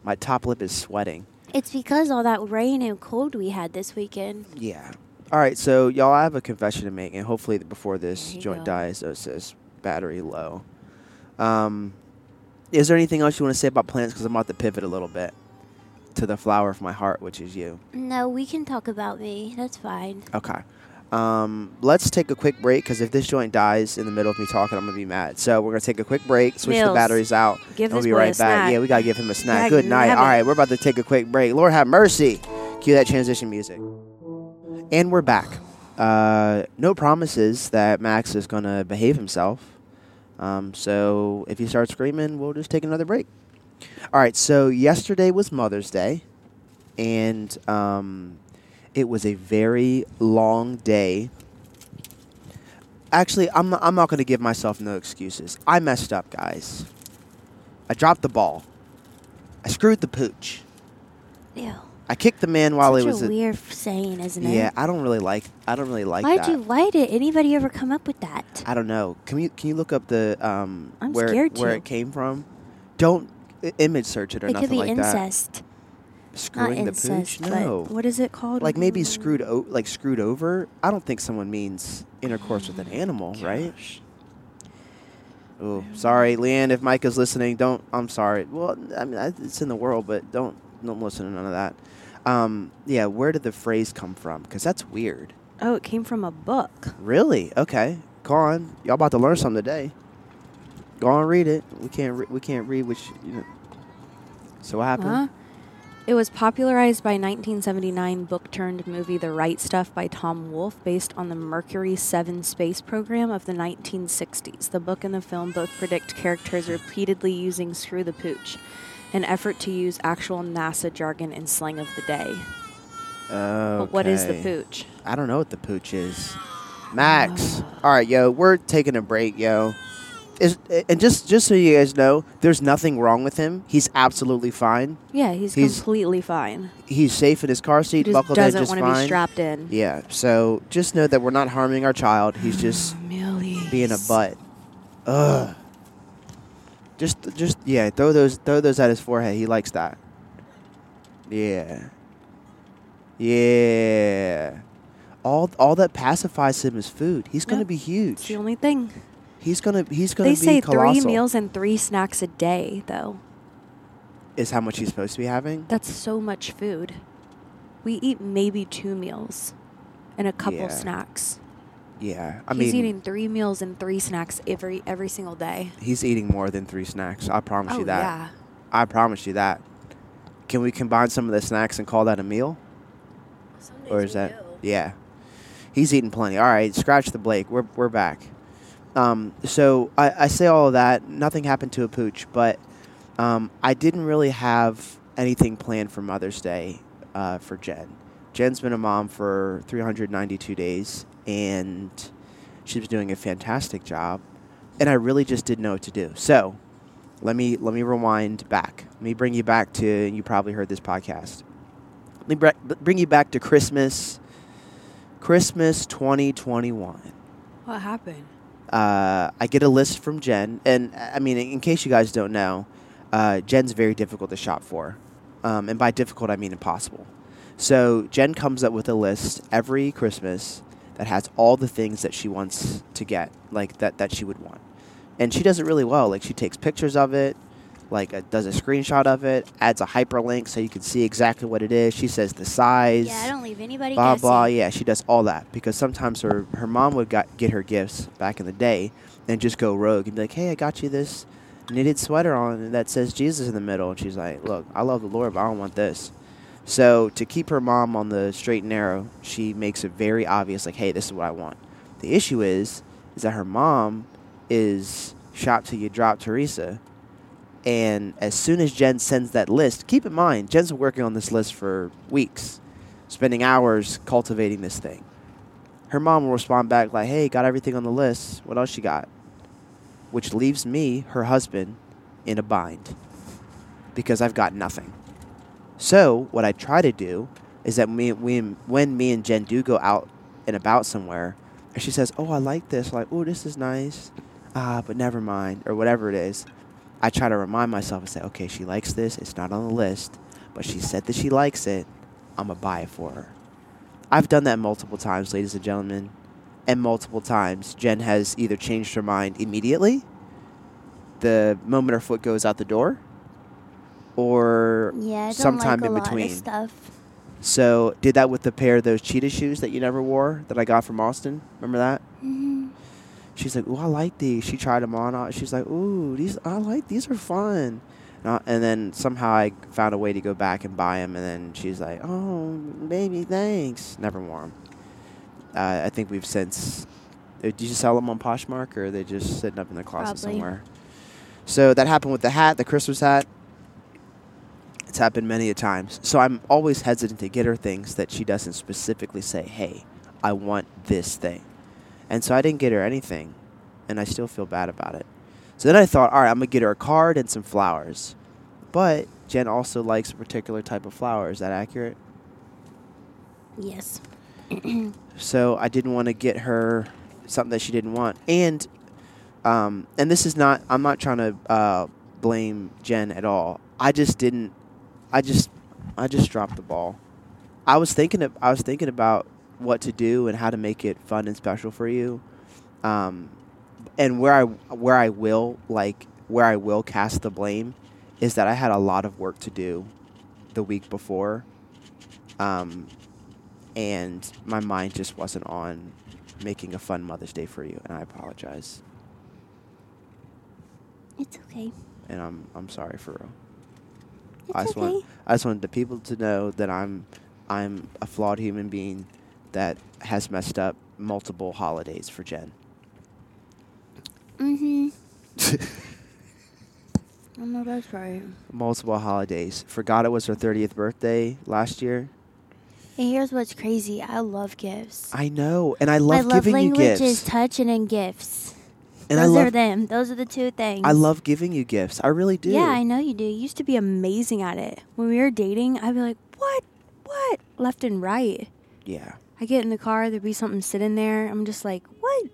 Speaker 3: My top lip is sweating.
Speaker 7: It's because all that rain and cold we had this weekend.
Speaker 3: Yeah. All right, so y'all, I have a confession to make, and hopefully th- before this
Speaker 4: There you
Speaker 3: joint
Speaker 4: go.
Speaker 3: dies, oh, it says battery low. Um, is there anything else you want to say about plants? Because I'm about to pivot a little bit to the flower of my heart, which is you.
Speaker 7: No, we can talk about me. That's fine.
Speaker 3: Okay. Um, let's take a quick break because if this joint dies in the middle of me talking, I'm gonna be mad. So we're gonna take a quick break, switch the
Speaker 4: Mills,
Speaker 3: batteries out,
Speaker 4: give
Speaker 3: and we'll
Speaker 4: this
Speaker 3: be
Speaker 4: boy a
Speaker 3: right back.
Speaker 4: snack.
Speaker 3: Yeah, we gotta give him a snack.
Speaker 4: Yeah,
Speaker 3: Good night.
Speaker 4: have
Speaker 3: All
Speaker 4: it.
Speaker 3: right, we're about to take a quick break. Lord have mercy. Cue that transition music. And we're back. Uh, no promises that Max is gonna behave himself. Um, so if he starts screaming, we'll just take another break. All right. So yesterday was Mother's Day, and um, it was a very long day. Actually, I'm I'm not going to give myself no excuses. I messed up, guys. I dropped the ball. I screwed the pooch.
Speaker 7: Ew.
Speaker 3: I kicked the man while
Speaker 7: Such
Speaker 3: he was
Speaker 7: a
Speaker 3: a-
Speaker 7: weird saying, isn't it?
Speaker 3: yeah. I don't really like. I don't really like
Speaker 7: Why'd
Speaker 3: that.
Speaker 7: you? Why did anybody ever come up with that?
Speaker 3: I don't know. Can you can you look up the um
Speaker 4: I'm
Speaker 3: where
Speaker 4: scared
Speaker 3: where
Speaker 4: to.
Speaker 3: it came from? Don't i- image search it or
Speaker 7: it
Speaker 3: nothing
Speaker 7: could be
Speaker 3: like
Speaker 7: incest.
Speaker 3: that. Screwing the
Speaker 7: incest, but
Speaker 3: pooch? No.
Speaker 4: What is it called?
Speaker 3: Like maybe screwed o- like screwed over. I don't think someone means intercourse with an animal, right? Oh, sorry, Leanne. If Micah's listening, don't. I'm sorry. Well, I mean, I- it's in the world, but don't don't listen to none of that. Um, yeah, where did the phrase come from? Because that's weird.
Speaker 4: Oh, it came from a book.
Speaker 3: Really? Okay. Go on. Y'all about to learn something today. Go on, read it. We can't. Re- we can't read. Which you know. So what happened?
Speaker 4: Huh? It was popularized by 1979 book turned movie The Right Stuff by Tom Wolfe, based on the Mercury 7 space program of the 1960s. The book and the film both predict characters repeatedly using screw the pooch, an effort to use actual NASA jargon and slang of the day. But what is the
Speaker 3: Okay.
Speaker 4: pooch?
Speaker 3: I don't know what the pooch is. Max. All right, yo, we're taking a break, yo. Is, and just just so you guys know, there's nothing wrong with him. He's absolutely fine.
Speaker 4: Yeah, he's,
Speaker 3: He's-
Speaker 4: completely fine.
Speaker 3: He's safe in his car
Speaker 4: He
Speaker 3: seat,
Speaker 4: just
Speaker 3: buckled in
Speaker 4: doesn't
Speaker 3: just
Speaker 4: want to
Speaker 3: fine.
Speaker 4: be strapped in.
Speaker 3: Yeah. So just know that we're not harming our child. He's just
Speaker 4: Millie.
Speaker 3: being a butt. Ugh. Just, just yeah. Throw those, throw those at his forehead. He likes that. Yeah. Yeah. All, all that pacifies him is food. He's gonna
Speaker 4: Yep.
Speaker 3: be
Speaker 4: It's the
Speaker 3: huge.
Speaker 4: only thing.
Speaker 3: He's gonna, he's gonna
Speaker 4: They
Speaker 3: be
Speaker 4: say
Speaker 3: colossal.
Speaker 4: three meals and three snacks a day, though.
Speaker 3: is how much he's supposed to be having.
Speaker 4: That's so much food. We eat maybe two meals and a couple
Speaker 3: Yeah.
Speaker 4: snacks.
Speaker 3: Yeah, I
Speaker 4: He's
Speaker 3: mean,
Speaker 4: eating three meals and three snacks every every single day.
Speaker 3: he's eating more than three snacks. I promise
Speaker 4: Oh
Speaker 3: you that.
Speaker 4: yeah.
Speaker 3: I promise you that. Can we combine some of the snacks and call that a meal? or is that yeah he's eating plenty all right scratch the blake we're, we're back um, so I, I say all of that nothing happened to a pooch but um, i didn't really have anything planned for mother's day uh, for jen jen's been a mom for 392 days and she was doing a fantastic job and i really just didn't know what to do so let me let me rewind back let me bring you back to you probably heard this podcast let me br- bring you back to Christmas, Christmas 2021.
Speaker 4: What happened?
Speaker 3: Uh, I get a list from Jen, and I mean, in case you guys don't know, uh, Jen's very difficult to shop for, um, and by difficult I mean impossible. So Jen comes up with a list every Christmas that has all the things that she wants to get, like that that she would want, and she does it really well. Like she takes pictures of it, like uh, does a screenshot of it, adds a hyperlink so you can see exactly what it is. She says the size
Speaker 7: Yeah, I don't leave anybody
Speaker 3: blah
Speaker 7: guessing.
Speaker 3: blah yeah she does all that because sometimes her her mom would got, get her gifts back in the day and just go rogue and be like hey i got you this knitted sweater on that says jesus in the middle and she's like look i love the lord but i don't want this so to keep her mom on the straight and narrow she makes it very obvious like hey this is what i want the issue is is that her mom is shop till you drop teresa and as soon as Jen sends that list, keep in mind, Jen's been working on this list for weeks, spending hours cultivating this thing. Her mom will respond back, like, hey, got everything on the list. What else you got? Which leaves me, her husband, in a bind because I've got nothing. So, what I try to do is that me, we, when me and Jen do go out and about somewhere, and she says, oh, I like this, like, oh, this is nice, ah, but never mind, or whatever it is. I try to remind myself and say, okay, she likes this. It's not on the list, but she said that she likes it. I'm going to buy it for her. I've done that multiple times, ladies and gentlemen. And multiple times, Jen has either changed her mind immediately, the moment her foot goes out the door, or
Speaker 7: Yeah, I don't
Speaker 3: sometime
Speaker 7: like a
Speaker 3: in
Speaker 7: lot of
Speaker 3: between.
Speaker 7: stuff.
Speaker 3: So, did that with the pair of those cheetah shoes that you never wore that I got from Austin. Remember that?
Speaker 7: Mhm.
Speaker 3: She's like, "Ooh, I like these." She tried them on. uh, She's like, "Ooh, these I like. These are fun." And, I- and then somehow I found a way to go back and buy them. And then she's like, "Oh, baby, thanks." Never wore 'em. Uh, I think we've since. uh, Did you sell them on Poshmark, or are they just sitting up in the closet
Speaker 7: Probably.
Speaker 3: somewhere? So that happened with the hat, the Christmas hat. It's happened many a times. So I'm always hesitant to get her things that she doesn't specifically say, "Hey, I want this thing." And so I didn't get her anything, and I still feel bad about it. So then I thought, all right, I'm gonna get her a card and some flowers. But Jen also likes a particular type of flower. Is that accurate?
Speaker 7: Yes.
Speaker 3: So I didn't want to get her something that she didn't want. And um, and this is not. I'm not trying to uh, blame Jen at all. I just didn't. I just I just dropped the ball. I was thinking. Of, I was thinking about what to do and how to make it fun and special for you. Um, and where I where I will like where I will cast the blame is that I had a lot of work to do the week before. Um, and my mind just wasn't on making a fun Mother's Day for you, and I apologize,
Speaker 7: It's okay.
Speaker 3: and I'm I'm sorry for real.
Speaker 7: It's
Speaker 3: I just
Speaker 7: okay.
Speaker 3: want I just wanted the people to know that I'm I'm a flawed human being that has messed up multiple holidays for Jen.
Speaker 7: Mm-hmm.
Speaker 4: Oh no, that's right.
Speaker 3: Multiple holidays. Forgot it was her 30th birthday last year.
Speaker 7: And here's what's crazy. I love gifts.
Speaker 3: I know, and I love,
Speaker 7: My love
Speaker 3: giving you
Speaker 7: language is
Speaker 3: gifts.
Speaker 7: touching and gifts.
Speaker 3: and I
Speaker 7: Those
Speaker 3: love
Speaker 7: are them. Those are the two things.
Speaker 3: I love giving you gifts. I really do.
Speaker 4: Yeah, I know you do. You used to be amazing at it. When we were dating, I'd be like, "What? What?" Left and right.
Speaker 3: yeah.
Speaker 4: I get in the car, there'd be something sitting there. I'm just like, "What?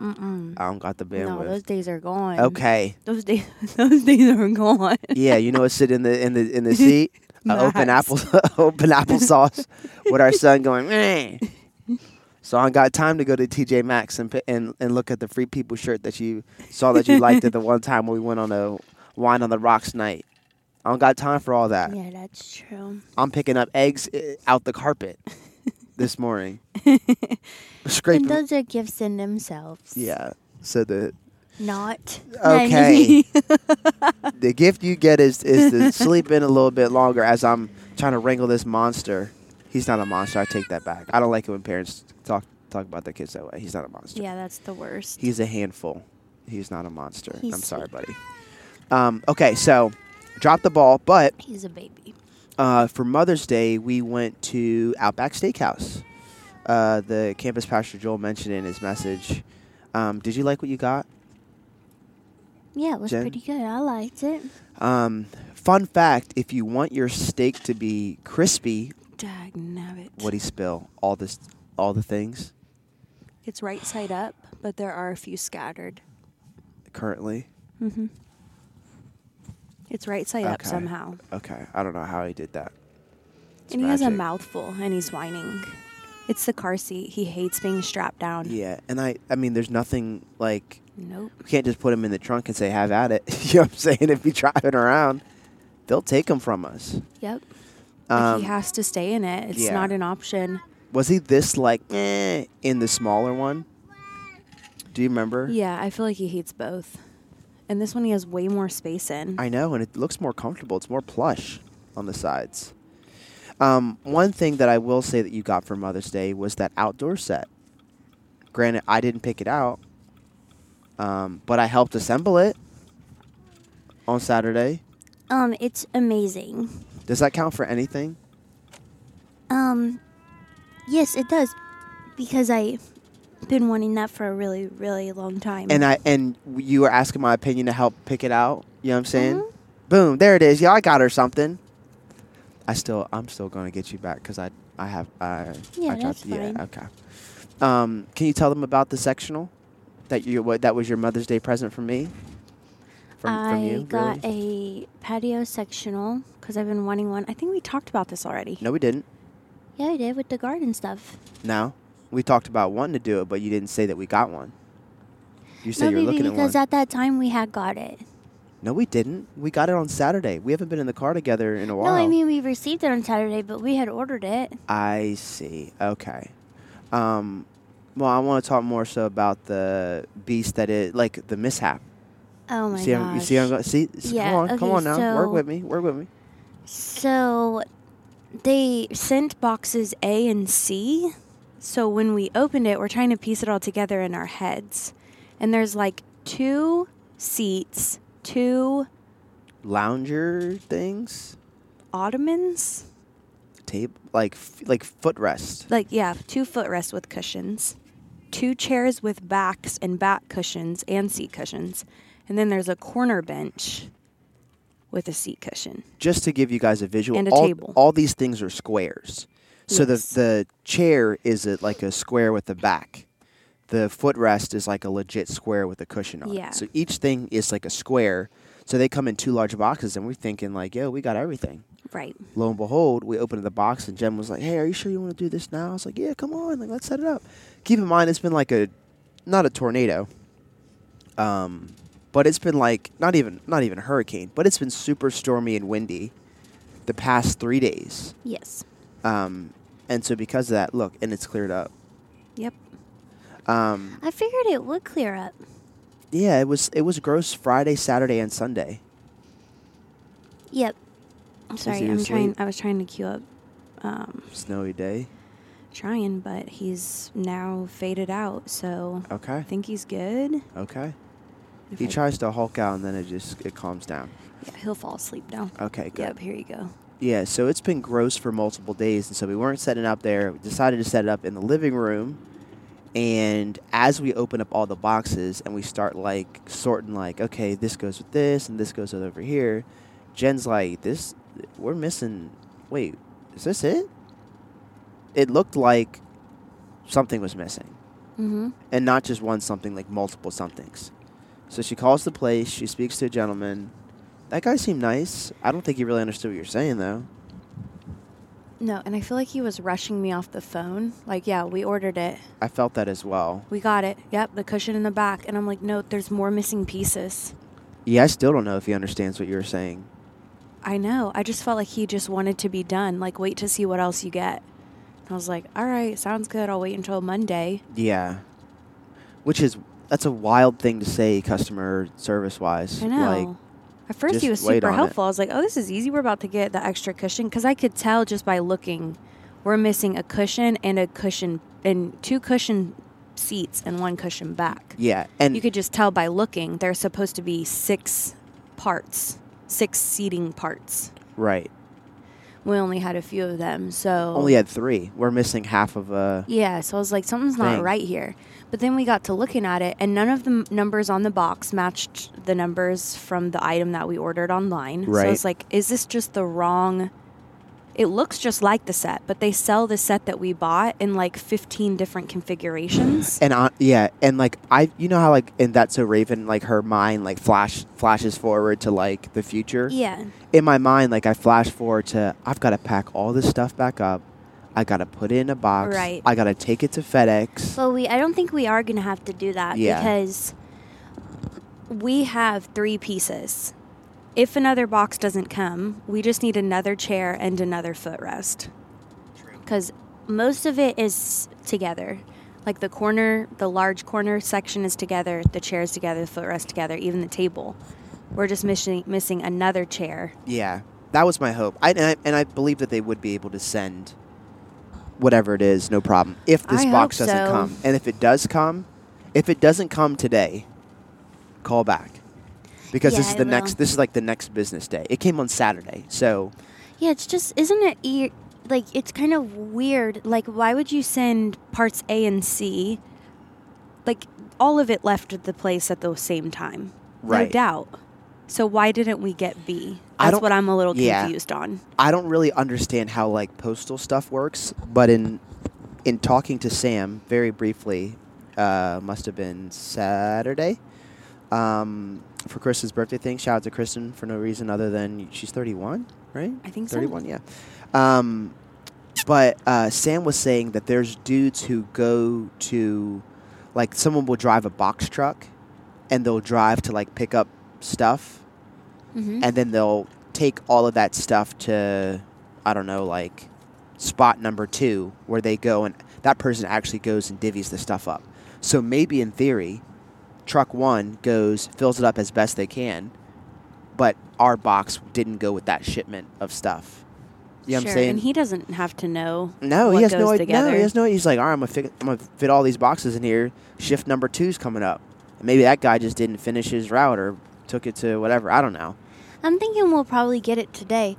Speaker 4: Mm-mm.
Speaker 3: I don't got the
Speaker 4: No, those
Speaker 3: bandwidth.
Speaker 4: days are gone.
Speaker 3: okay.
Speaker 4: Those days, those days are gone.
Speaker 3: Yeah, you know, sit in the in the in the seat, uh, open
Speaker 4: Nice.
Speaker 3: apple open applesauce with our son going. "Meh." So I got time to go to TJ Maxx and pi- and and look at the Free People shirt that you saw that you liked at the one time when we went on a wine on the rocks night. I don't got time for all that.
Speaker 4: Yeah, that's true.
Speaker 3: I'm picking up eggs uh, out the carpet this morning. Scraping.
Speaker 4: And those are gifts in themselves.
Speaker 3: yeah. So the
Speaker 4: Not.
Speaker 3: Okay. the gift you get is is to sleep in a little bit longer as I'm trying to wrangle this monster. He's not a monster. I take that back. I don't like it when parents talk talk about their kids that way. He's not a monster.
Speaker 4: yeah, that's the worst.
Speaker 3: He's a handful. He's not a monster.
Speaker 4: He's
Speaker 3: I'm sorry, buddy. Um, okay, so drop the ball, but
Speaker 4: He's a baby.
Speaker 3: uh, for Mother's Day, we went to Outback Steakhouse. Uh, the campus pastor Joel mentioned in his message. Um, did you like what you got?
Speaker 4: Yeah, it was
Speaker 3: Jen?
Speaker 4: pretty good. I liked it.
Speaker 3: Um, fun fact: If you want your steak to be crispy,
Speaker 4: Dag nabbit.
Speaker 3: what do you spill? All this, all the things
Speaker 4: It's right side up, but there are a few scattered.
Speaker 3: currently.
Speaker 4: Mm-hmm. It's right side up
Speaker 3: Okay.
Speaker 4: somehow.
Speaker 3: Okay, I don't know how he did that. It's
Speaker 4: and he has a
Speaker 3: magic.
Speaker 4: mouthful and he's whining. It's the car seat. He hates being strapped down.
Speaker 3: Yeah, and I, I mean, there's nothing like
Speaker 4: Nope.
Speaker 3: you can't just put him in the trunk and say have at it. you know what I'm saying? If you drive it around, they'll take him from us.
Speaker 4: Yep. Like,
Speaker 3: Um,
Speaker 4: he has to stay in it. It's
Speaker 3: yeah.
Speaker 4: not an option.
Speaker 3: was he this like eh, in the smaller one? Do you remember?
Speaker 4: Yeah, I feel like he hates both. And this one he has way more space in.
Speaker 3: I know, and it looks more comfortable. It's more plush on the sides. Um, one thing that I will say that you got for Mother's Day was that outdoor set. Granted, I didn't pick it out, um, but I helped assemble it on Saturday.
Speaker 4: um, it's amazing.
Speaker 3: Does that count for anything?
Speaker 4: Um, yes, it does, because I've been wanting that for a really, really long time.
Speaker 3: And I and you were asking my opinion to help pick it out. You know what I'm saying?
Speaker 4: Mm-hmm.
Speaker 3: Boom, there it is. Yeah, I got her something. I still, I'm still gonna get you back because I, I have, I,
Speaker 4: Yeah,
Speaker 3: I
Speaker 4: that's fine.
Speaker 3: Yeah, okay. Um, can you tell them about the sectional that you what that was your Mother's Day present from me? From,
Speaker 4: I
Speaker 3: from you,
Speaker 4: got
Speaker 3: really?
Speaker 4: a patio sectional because I've been wanting one. I think we talked about this already.
Speaker 3: No, we didn't.
Speaker 4: Yeah, I did with the garden stuff.
Speaker 3: No, we talked about wanting to do it, but you didn't say that we got one. You said
Speaker 4: no,
Speaker 3: you were
Speaker 4: baby,
Speaker 3: looking at one.
Speaker 4: because at that time we had got it.
Speaker 3: no, we didn't. We got it on Saturday. We haven't been in the car together in a while.
Speaker 4: No, I mean we received it on Saturday, but we had ordered it.
Speaker 3: I see. Okay. Um, well, I want to talk more so about the beast that is like the mishap.
Speaker 4: Oh my
Speaker 3: see, how-
Speaker 4: gosh!
Speaker 3: you see, how I'm going. See, s-
Speaker 4: Yeah,
Speaker 3: come on, come
Speaker 4: okay,
Speaker 3: on now. Work
Speaker 4: so-
Speaker 3: with me. Work with me.
Speaker 4: So they sent boxes A and C. So when we opened it, we're trying to piece it all together in our heads. And there's like two seats, two
Speaker 3: Lounger things,
Speaker 4: ottomans,
Speaker 3: table, like f- like footrest.
Speaker 4: like, yeah, two footrests with cushions, two chairs with backs and back cushions and seat cushions. And then there's a corner bench with a seat cushion.
Speaker 3: Just to give you guys a visual,
Speaker 4: And a
Speaker 3: all,
Speaker 4: table.
Speaker 3: all these things are squares. So
Speaker 4: Yes.
Speaker 3: the the chair is a, like a square with the back. The footrest is like a legit square with a cushion on
Speaker 4: Yeah.
Speaker 3: it. So each thing is like a square. So they come in two large boxes, and we're thinking like, "Yo, we got everything."
Speaker 4: Right.
Speaker 3: lo and behold, we opened the box and Jen was like, "Hey, are you sure you want to do this now?" I was like, "Yeah, come on, like let's set it up." Keep in mind, it's been like a not a tornado, um, but it's been like not even not even a hurricane, but it's been super stormy and windy the past three days,
Speaker 4: Yes.
Speaker 3: um, and so because of that, look, and it's cleared up.
Speaker 4: Yep.
Speaker 3: Um,
Speaker 4: I figured it would clear up.
Speaker 3: yeah, it was it was gross Friday, Saturday, and Sunday.
Speaker 4: Yep. I'm sorry,
Speaker 3: he
Speaker 4: I'm
Speaker 3: asleep?
Speaker 4: trying. I was trying to queue up, um,
Speaker 3: Snowy day.
Speaker 4: trying, but he's now faded out. So I
Speaker 3: Okay.
Speaker 4: think he's good.
Speaker 3: Okay.
Speaker 4: If
Speaker 3: He
Speaker 4: I-
Speaker 3: tries to hulk out, and then it just it calms down.
Speaker 4: yeah, he'll fall asleep now.
Speaker 3: Uh, Okay, good.
Speaker 4: Yep. Here you go.
Speaker 3: Yeah, so it's been gross for multiple days, and so we weren't setting up there. We decided to set it up in the living room, and as we open up all the boxes and we start like sorting, like okay, this goes with this, and this goes over here. Jen's like, "This, we're missing. Wait, is this it?" It looked like something was missing.
Speaker 4: Mhm.
Speaker 3: and not just one something, like multiple somethings. So she calls the place. She speaks to a gentleman. That guy seemed nice. I don't think he really understood what you're saying though.
Speaker 4: No, and I feel like he was rushing me off the phone. Like, yeah, we ordered it.
Speaker 3: I felt that as well.
Speaker 4: We got it. Yep, the cushion in the back. And I'm like, no, there's more missing pieces.
Speaker 3: Yeah, I still don't know if he understands what you're saying.
Speaker 4: I know. I just felt like he just wanted to be done. Like, wait to see what else you get. And I was like, all right, sounds good. I'll wait until Monday.
Speaker 3: Yeah. Which is that's a wild thing to say customer service wise.
Speaker 4: I know.
Speaker 3: Like
Speaker 4: At first, he was
Speaker 3: just wait
Speaker 4: super
Speaker 3: on it.
Speaker 4: helpful. I was like, oh, this is easy. We're about to get the extra cushion. Because I could tell just by looking, we're missing a cushion and a cushion and two cushion seats and one cushion back.
Speaker 3: yeah, and
Speaker 4: You could just tell by looking, there's supposed to be six parts, six seating parts.
Speaker 3: right.
Speaker 4: We only had a few of them. So,
Speaker 3: Only had 3. We're missing half of a
Speaker 4: yeah, so I was like, something's
Speaker 3: Thing.
Speaker 4: not right here. But then we got to looking at it, and none of the m- numbers on the box matched the numbers from the item that we ordered online. So I
Speaker 3: Right.
Speaker 4: was like, is this just the wrong? It looks just like the set, but they sell the set that we bought in like 15 different configurations.
Speaker 3: and on, yeah, and like I, you know how like in that's so Raven, like her mind like flash flashes forward to like the future.
Speaker 4: yeah.
Speaker 3: In my mind, like I flash forward to I've got to pack all this stuff back up. I got to put it in a box.
Speaker 4: Right.
Speaker 3: I got to take it to FedEx.
Speaker 4: Well, we I don't think we are going to have to do that
Speaker 3: Yeah.
Speaker 4: because we have three pieces. If another box doesn't come, we just need another chair and another footrest. Because most of it is together. Like the corner, the large corner section is together, the chairs together, the footrest together, even the table. We're just missing missing another chair.
Speaker 3: Yeah, that was my hope. I and, I and I believe that they would be able to send whatever it is, no problem. If this
Speaker 4: I
Speaker 3: box
Speaker 4: hope
Speaker 3: doesn't
Speaker 4: so.
Speaker 3: come, and if it does come, if it doesn't come today, call back because this
Speaker 7: Yeah,
Speaker 3: is
Speaker 7: I
Speaker 3: the
Speaker 7: will.
Speaker 3: next. This is like the next business day. It came on Saturday, so
Speaker 7: Yeah, it's just isn't it e- like it's kind of
Speaker 4: Weird. Like why would you send parts A and C? Like all of it left the place at the same time.
Speaker 3: Right.
Speaker 4: No doubt. So why didn't we get B?
Speaker 3: I
Speaker 4: That's
Speaker 3: don't-
Speaker 4: what I'm a little
Speaker 3: yeah.
Speaker 4: confused on.
Speaker 3: I don't really understand how like postal stuff works. But in in talking to Sam very briefly, uh, must have been Saturday. Um, for Kristen's birthday thing, shout out to Kristen for no reason other than she's 31, right?
Speaker 4: I think so.
Speaker 3: 31, yeah. Um, but uh, Sam was saying that there's dudes who go to, like, someone will drive a box truck and they'll drive to, like, pick up stuff.
Speaker 4: Mhm.
Speaker 3: And then they'll take all of that stuff to, I don't know, like, spot number two where they go and that person actually goes and divvies the stuff up. So maybe in theory, truck one goes, fills it up as best they can, but our box didn't go with that shipment of stuff. You know
Speaker 4: sure.
Speaker 3: what I'm saying?
Speaker 4: And he doesn't have to know.
Speaker 3: No,
Speaker 4: what
Speaker 3: he has
Speaker 4: goes
Speaker 3: no idea.
Speaker 4: together.
Speaker 3: No, he has no. He's like, all right, I'm gonna, fit, I'm gonna fit all these boxes in here. Shift number two's coming up. And maybe that guy just didn't finish his route or took it to whatever. I don't know.
Speaker 7: I'm thinking we'll probably get it today.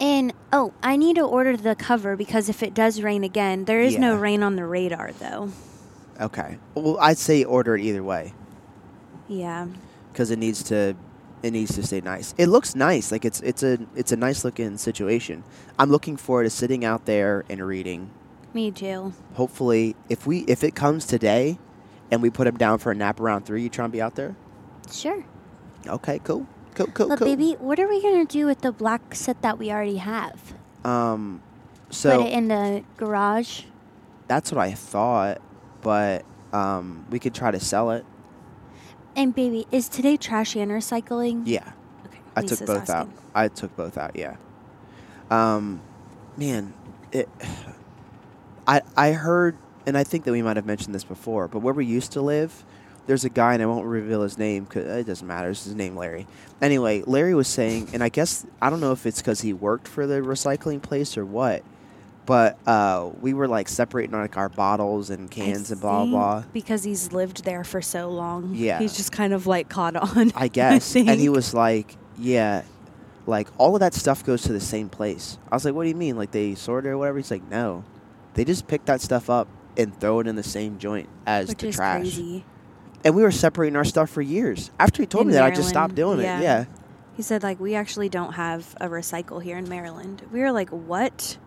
Speaker 7: And oh, I need to order the cover because if it does rain again,
Speaker 4: There is no
Speaker 3: Yeah.
Speaker 4: rain on the radar though.
Speaker 3: Okay. Well, I'd say order it either way
Speaker 4: Yeah.
Speaker 3: because it needs to. It needs to stay nice. It looks nice. Like it's it's a it's a nice looking situation. I'm looking forward to sitting out there and reading.
Speaker 4: Me too.
Speaker 3: Hopefully, if we if it comes today, and we put him down for a nap around three, you trying to be out there?
Speaker 7: sure.
Speaker 3: Okay, cool, cool, cool,
Speaker 7: But
Speaker 3: Oh, cool.
Speaker 7: baby, what are we gonna do with the black set that we already have?
Speaker 3: Um, so
Speaker 7: Put it in the garage.
Speaker 3: That's what I thought, but um, we could try to sell it.
Speaker 7: And baby, is today trash and recycling?
Speaker 3: Yeah,
Speaker 4: Okay.
Speaker 3: I
Speaker 4: Lisa's
Speaker 3: took both out.
Speaker 4: asking.
Speaker 3: I took both out. Yeah. Um, man, it. I I heard, and I think that we might have mentioned this before, but where we used to live, there's a guy, and I won't reveal his name because it doesn't matter. It's his name, Larry. Anyway, Larry was saying, and I guess I don't know if it's because he worked for the recycling place or what, but uh, we were like separating like our bottles and
Speaker 4: I
Speaker 3: cans and blah
Speaker 4: think
Speaker 3: blah.
Speaker 4: Because he's lived there for so long.
Speaker 3: Yeah.
Speaker 4: He's just kind of like caught on.
Speaker 3: I guess. and he
Speaker 4: think.
Speaker 3: was like, yeah, like all of that stuff goes to the same place. I was like, what do you mean? Like they sort it or whatever? He's like, no. They just pick that stuff up and throw it in the same joint as
Speaker 4: Which
Speaker 3: the
Speaker 4: is
Speaker 3: trash.
Speaker 4: crazy.
Speaker 3: And we were separating our stuff for years. After he told
Speaker 4: In
Speaker 3: me that, I just stopped doing
Speaker 4: Maryland,
Speaker 3: it.
Speaker 4: yeah.
Speaker 3: Yeah.
Speaker 4: He said, like, we actually don't have a recycle here in Maryland. We were like, what?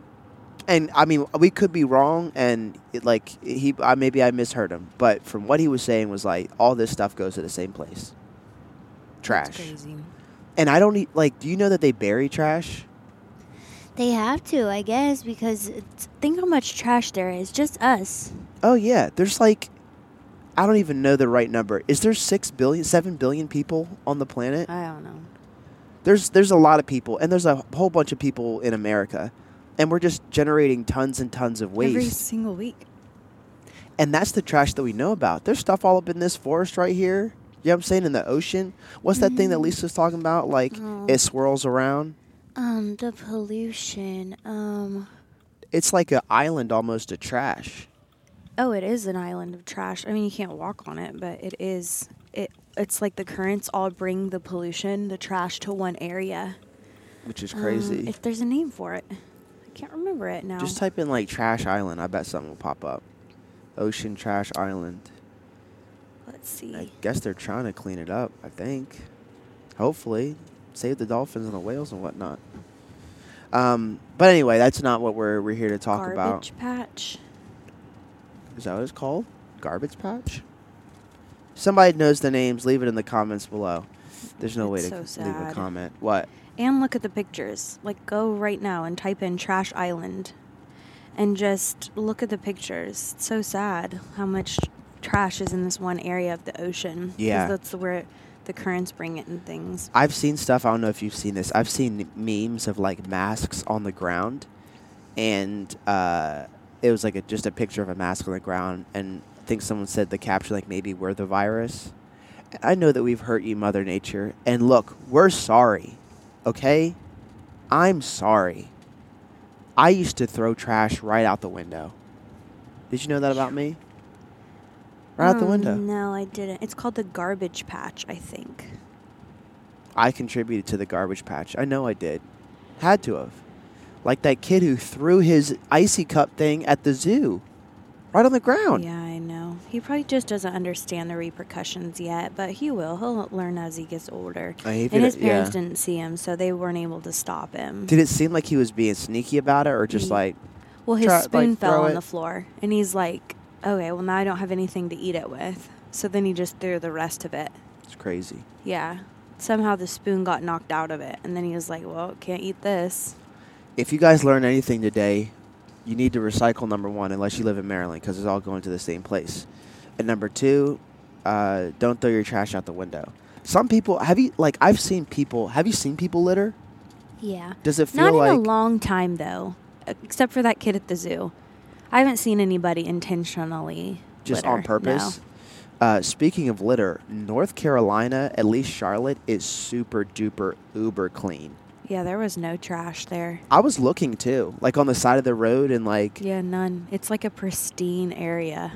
Speaker 3: and I mean, we could be wrong, and it, like he, I, maybe I misheard him, but from what he was saying was like all this stuff goes to the same place,
Speaker 4: It's
Speaker 3: trash.
Speaker 4: crazy.
Speaker 3: And I don't e- like. Do you know that they bury trash?
Speaker 7: They have to, I guess, because it's, think how much trash there is. Just us.
Speaker 3: Oh yeah, there's like, I don't even know the right number. Is there six billion, seven billion people on the planet?
Speaker 4: I don't know.
Speaker 3: There's there's a lot of people, and there's a whole bunch of people in America, and we're just generating tons and tons of waste.
Speaker 4: Every single week.
Speaker 3: And that's the trash that we know about. There's stuff all up in this forest right here. You know what I'm saying? In the ocean. What's that thing that
Speaker 4: Mm-hmm.
Speaker 3: Lisa's talking about? Like
Speaker 7: Oh.
Speaker 3: it swirls around.
Speaker 7: Um, the pollution. Um,
Speaker 3: It's like an island almost of trash.
Speaker 4: Oh, it is an island of trash. I mean, you can't walk on it, but it is. It it's like the currents all bring the pollution, the trash to one area.
Speaker 3: Which is
Speaker 4: Um,
Speaker 3: crazy.
Speaker 4: if there's a name for it, I can't remember it now.
Speaker 3: Just type in like trash island. I bet something will pop up. Ocean trash island.
Speaker 4: Let's see.
Speaker 3: I guess they're trying to clean it up, I think. Hopefully. Save the dolphins and the whales and whatnot. Um, but anyway, that's not what we're, we're here to talk
Speaker 4: Garbage
Speaker 3: about.
Speaker 4: patch.
Speaker 3: Is that what it's called? Garbage patch? Somebody knows the names, leave it in the comments below. There's no way
Speaker 4: It's
Speaker 3: to
Speaker 4: so
Speaker 3: leave a
Speaker 4: sad.
Speaker 3: comment. What?
Speaker 4: And look at the pictures. Like, go right now and type in Trash Island and just look at the pictures. It's so sad how much trash is in this one area of the ocean. 'Cause
Speaker 3: Yeah.
Speaker 4: That's where the currents bring it and things.
Speaker 3: I've seen stuff, I don't know if you've seen this. I've seen memes of like masks on the ground and uh, it was like a, just a picture of a mask on the ground and I think someone said the caption like maybe we're the virus. I know that we've hurt you, Mother Nature, and look, we're sorry. Okay? I'm sorry. I used to throw trash right out the window. Did you know that about me? Right out the
Speaker 4: Oh,
Speaker 3: window.
Speaker 4: No, I didn't. It's called the garbage patch, I think.
Speaker 3: I contributed to the garbage patch. I know I did. Had to have. Like that kid who threw his icy cup thing at the zoo. Right on the ground.
Speaker 4: Yeah, I know. He probably just doesn't understand the repercussions yet, but he will. He'll learn as he gets older.
Speaker 3: I hate
Speaker 4: and
Speaker 3: it-
Speaker 4: his parents
Speaker 3: yeah.
Speaker 4: didn't see him, so they weren't able to stop him.
Speaker 3: Did it seem like he was being sneaky about it or just
Speaker 4: Ye-
Speaker 3: like
Speaker 4: Well, his
Speaker 3: Try- like,
Speaker 4: spoon fell
Speaker 3: throw
Speaker 4: on
Speaker 3: it.
Speaker 4: the floor, and he's like, "Okay, well now I don't have anything to eat it with." So then he just threw the rest of it.
Speaker 3: it's crazy?
Speaker 4: Yeah. Somehow the spoon got knocked out of it, and then he was like, "Well, can't eat this."
Speaker 3: If you guys learn anything today, you need to recycle number one, unless you live in Maryland, because it's all going to the same place. And number two, uh, don't throw your trash out the window. Some people have you like I've seen people. Have you seen people litter?
Speaker 4: Yeah.
Speaker 3: Does it feel
Speaker 4: Not
Speaker 3: like
Speaker 4: in a long time though, e, except for that kid at the zoo. I haven't seen anybody intentionally
Speaker 3: just
Speaker 4: litter,
Speaker 3: on purpose. Uh, speaking of litter, North Carolina, at least Charlotte, is super duper uber clean.
Speaker 4: No. Yeah, there was no trash there.
Speaker 3: I was looking too, like on the side of the road, and like, yeah.
Speaker 4: Yeah, none. It's like a pristine area.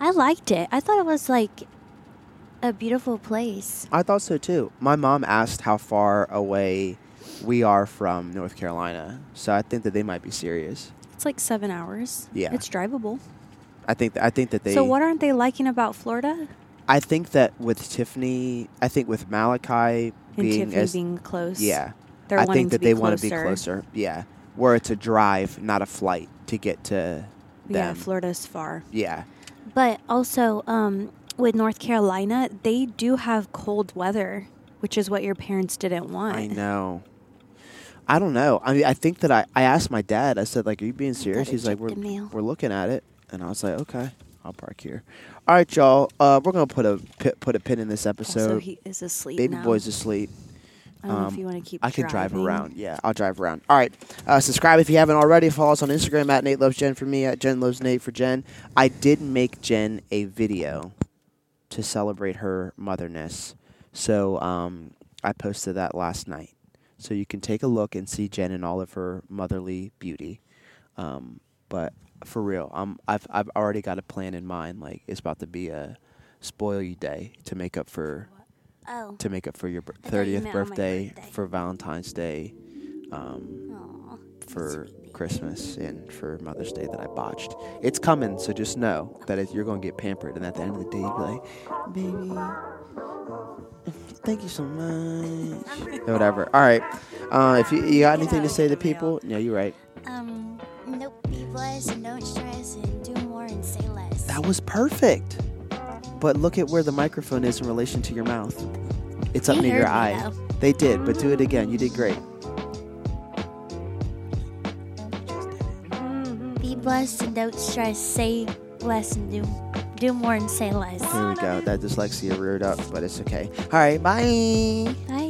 Speaker 7: I liked it. I thought it was like a beautiful place.
Speaker 3: I thought so too. My mom asked how far away we are from North Carolina, so I think that they might be serious.
Speaker 4: It's like seven hours.
Speaker 3: Yeah.
Speaker 4: It's drivable.
Speaker 3: I think th- I think that they.
Speaker 4: so what aren't they liking about Florida?
Speaker 3: I think that with Tiffany, I think with Malachi
Speaker 4: And
Speaker 3: being
Speaker 4: Tiffany
Speaker 3: as
Speaker 4: being close.
Speaker 3: yeah,
Speaker 4: They're
Speaker 3: I
Speaker 4: wanting
Speaker 3: think
Speaker 4: to
Speaker 3: that
Speaker 4: be
Speaker 3: they
Speaker 4: want
Speaker 3: want to be closer. Yeah, where it's a drive, not a flight, to get to
Speaker 4: Yeah,
Speaker 3: them.
Speaker 4: Florida's far.
Speaker 3: Yeah,
Speaker 7: But also,
Speaker 4: Um, with North Carolina, they do have cold weather, which is what your parents didn't want.
Speaker 3: I know. I don't know. I mean, I think that I, I asked my dad. I said, like, are you being serious?
Speaker 7: gotta
Speaker 3: He's like,
Speaker 7: check the
Speaker 3: we're,
Speaker 7: mail."
Speaker 3: we're looking at it, and I was like, okay, I'll park here. All right, y'all. Uh, we're gonna put a pi- put a pin in this episode.
Speaker 4: also, he is asleep
Speaker 3: Baby
Speaker 4: now.
Speaker 3: boy's asleep.
Speaker 4: I don't know if you want to keep.
Speaker 3: I can
Speaker 4: driving.
Speaker 3: drive around. Yeah, I'll drive around. All right. Uh, subscribe if you haven't already. Follow us on Instagram at Nate Loves Jen for me, at Jen Loves Nate for Jen. I did make Jen a video to celebrate her motherness. So um, I posted that last night. So you can take a look and see Jen in all of her motherly beauty. Um, but for real, um, I've, I've already got a plan in mind. Like, it's about to be a spoil you day to make up for
Speaker 7: oh,
Speaker 3: to make up for your bir-
Speaker 7: thought you
Speaker 3: 30th
Speaker 7: meant on my
Speaker 3: birthday,
Speaker 7: birthday.
Speaker 3: for Valentine's Day, um,
Speaker 7: aw,
Speaker 3: for Christmas, and for Mother's Day that I botched. It's coming, so just know that if you're going to get pampered. And at the end of the day, you'll be like, baby, thank you so much. or whatever. All right. Uh, if you, you got anything to say to people, no, you're right.
Speaker 7: Um, nope, be blessed and don't stress and do more and say less.
Speaker 3: That was perfect. But look at where the microphone is in relation to your mouth. It's up
Speaker 7: They
Speaker 3: near your
Speaker 7: heard me,
Speaker 3: eye. They did, but do it again. You did great.
Speaker 7: Be blessed and don't stress. Say less and do do more and say less.
Speaker 3: Here we go. That dyslexia reared up, but it's okay. All right, bye.
Speaker 7: Bye.